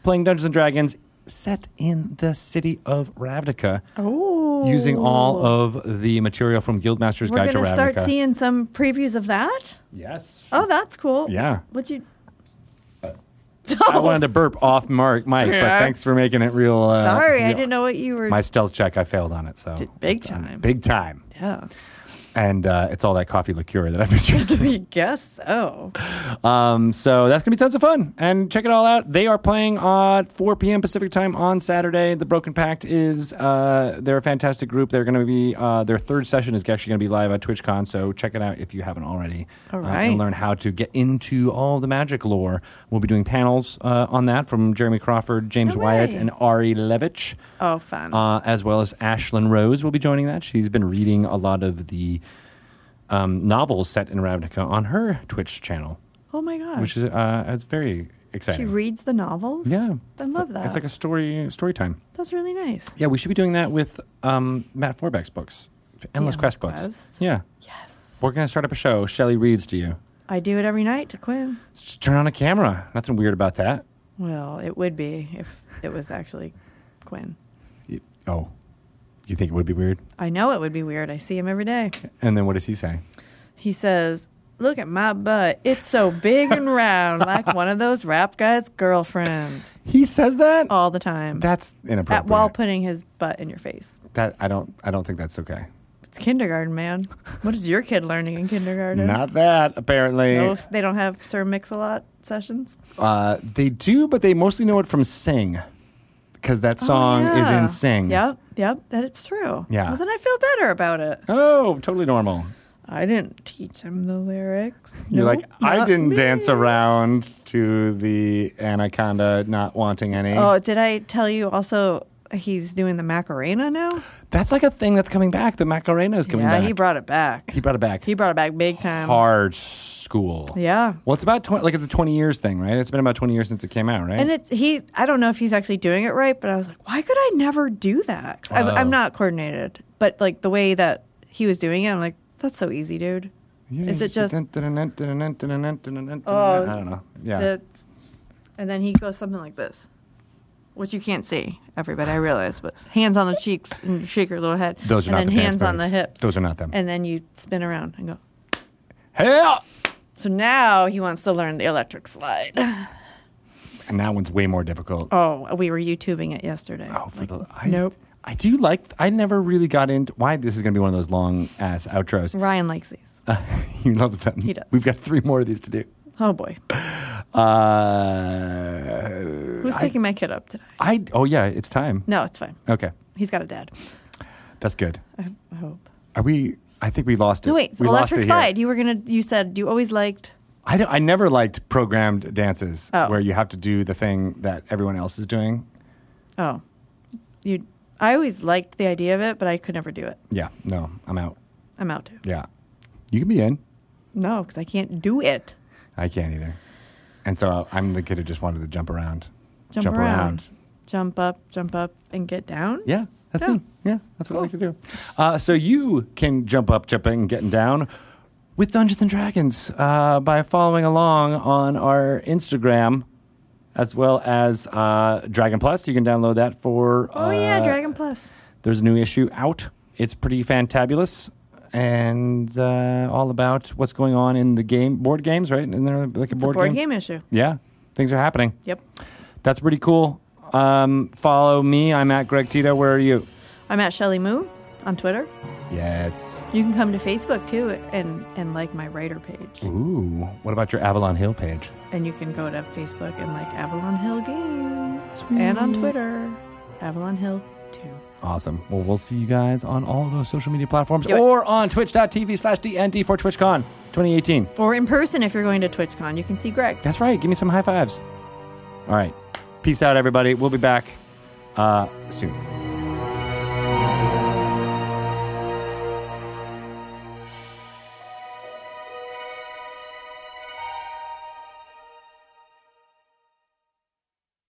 S1: playing Dungeons and Dragons set in the city of Ravnica,
S2: Oh.
S1: using all of the material from Guildmaster's
S2: We're
S1: Guide to
S2: gonna
S1: Ravnica.
S2: start seeing some previews of that.
S1: yes.
S2: Oh, that's cool.
S1: Yeah.
S2: Would you?
S1: I wanted to burp off Mark, Mike, but
S2: Oh. Yeah.
S1: thanks for making it real. Uh,
S2: Sorry, I
S1: real-
S2: didn't know what you were.
S1: My stealth check, I failed on it. So uh,
S2: Did big time.
S1: big time,
S2: yeah.
S1: and uh, it's all that coffee liqueur that I've been drinking.
S2: I guess. Oh.
S1: Um, so that's gonna be tons of fun, and check it all out. They are playing at 4 p.m. Pacific time on Saturday. The Broken Pact is uh, they're a fantastic group. They're gonna be uh, their third session is actually gonna be live at TwitchCon. So check it out if you haven't already.
S2: All
S1: uh,
S2: right.
S1: and learn how to get into all the magic lore. We'll be doing panels uh, on that from Jeremy Crawford, James
S2: No
S1: Wyatt,
S2: way.
S1: and Ari Levitch
S2: Oh, fun.
S1: uh, as well as Ashlyn Rose will be joining that. She's been reading a lot of the um, novels set in Ravnica on her Twitch channel,
S2: oh my gosh.
S1: which is uh, it's very
S2: she
S1: exciting.
S2: reads the novels.
S1: yeah,
S2: I
S1: It's
S2: love
S1: like-
S2: that.
S1: It's like a story story time.
S2: That's really nice.
S1: Yeah, we should be doing that with um, Matt Forbeck's books, Endless
S2: Yeah,
S1: Quest books.
S2: Quest.
S1: Yeah,
S2: Yes.
S1: we're gonna start up a show. Shelley reads to you.
S2: I do it every night to Quinn.
S1: Just turn on a camera. Nothing weird about that.
S2: Well, it would be if it was actually Quinn.
S1: Y- Oh, you think it would be weird?
S2: I know it would be weird. I see him every day.
S1: And then what does he say?
S2: He says, Look at my butt. It's so big and round, like one of those rap guys' girlfriends.
S1: He says that.
S2: All the time.
S1: That's inappropriate.
S2: at, while putting his butt in your face.
S1: that I don't. I don't think that's okay.
S2: It's kindergarten, man. What is your kid learning in kindergarten?
S1: Not that apparently.
S2: No, they don't have Sir Mix-a-Lot sessions.
S1: Uh, they do, but they mostly know it from Sing, because that song
S2: Oh,
S1: is
S2: yeah.
S1: in Sing.
S2: Yep, yep, that it's true.
S1: Yeah.
S2: Well, then I feel better about it.
S1: Oh, totally normal.
S2: I didn't teach him the lyrics.
S1: You're
S2: Nope,
S1: like, I
S2: not
S1: didn't
S2: me."
S1: dance around to the Anaconda not wanting any.
S2: Oh, did I tell you also he's doing the Macarena now?
S1: That's like a thing that's coming back. The Macarena is coming
S2: yeah,
S1: back.
S2: he brought it back.
S1: He brought it back.
S2: He brought it back big time.
S1: Hard school.
S2: Yeah.
S1: Well, it's about 20, like the 20 years thing, right? It's been about 20 years since it came out, right?
S2: And it's he. I don't know if he's actually doing it right, but I was like, why could I never do that? 'Cause I'm,
S1: Oh.
S2: I'm not coordinated, but like the way that he was doing it, I'm like, that's so easy, dude. Is it just- Oh,
S1: I don't know. Yeah.
S2: The- and then he goes something like this, which you can't see, everybody, I realize, but hands on the cheeks and shake your little head.
S1: Those are not
S2: and then
S1: the
S2: hands
S1: dance
S2: on the
S1: moves.
S2: hips.
S1: Those are not them.
S2: And then you spin around and go.
S1: Hell!
S2: So now he wants to learn the electric slide.
S1: And that one's way more difficult.
S2: Oh, we were YouTubing it yesterday.
S1: Oh, for the I,
S2: nope.
S1: I do like. I never really got into why this is going to be one of those long ass outros.
S2: Ryan likes these.
S1: he loves them.
S2: He does.
S1: We've got three more of these to do.
S2: Oh boy,
S1: Uh,
S2: who's picking my kid up today?
S1: I oh yeah, it's time.
S2: No, it's fine.
S1: Okay,
S2: He's got a dad.
S1: that's good.
S2: I, I hope.
S1: Are we? I think we lost it.
S2: No, wait.
S1: we lost
S2: electric
S1: it here.
S2: slide. You were gonna. You said you always liked.
S1: I, don't- I never liked programmed dances
S2: Oh.
S1: where you have to do the thing that everyone else is doing.
S2: Oh, you. I always liked the idea of it, but I could never do it.
S1: Yeah, no, I'm out.
S2: I'm out too.
S1: Yeah, you can be in.
S2: No, because I can't do it.
S1: I can't either. And so I'm the kid who just wanted to jump around.
S2: Jump, around. Jump up, jump up, and get down.
S1: Yeah, that's
S2: Yeah.
S1: me. Yeah, that's what I like to do. Uh, so you can jump up, jumping, and getting down with Dungeons and Dragons uh, by following along on our Instagram. As well as uh, Dragon Plus, you can download that for.
S2: Oh yeah,
S1: uh,
S2: Dragon Plus.
S1: There's a new issue out. It's pretty fantabulous and uh, all about what's going on in the game, board games, right? And there like a
S2: It's
S1: board,
S2: a board game, issue.
S1: Yeah, things are happening.
S2: Yep.
S1: That's pretty cool. Um, follow me. I'm at Greg Tito. Where are you?
S2: I'm at Shelly Moo on Twitter.
S1: Yes.
S2: You can come to Facebook too and and like my writer page.
S1: Ooh. What about your Avalon Hill page?
S2: And you can go to Facebook and like Avalon Hill Games. And on Twitter, Avalon Hill 2.
S1: Awesome. Well, we'll see you guys on all of those social media platforms
S2: Do it.
S1: or on twitch.tv slash DND for TwitchCon 2018.
S2: Or in person if you're going to TwitchCon, you can see Greg.
S1: That's right. Give me some high fives. All right. Peace out, everybody. We'll be back uh, soon.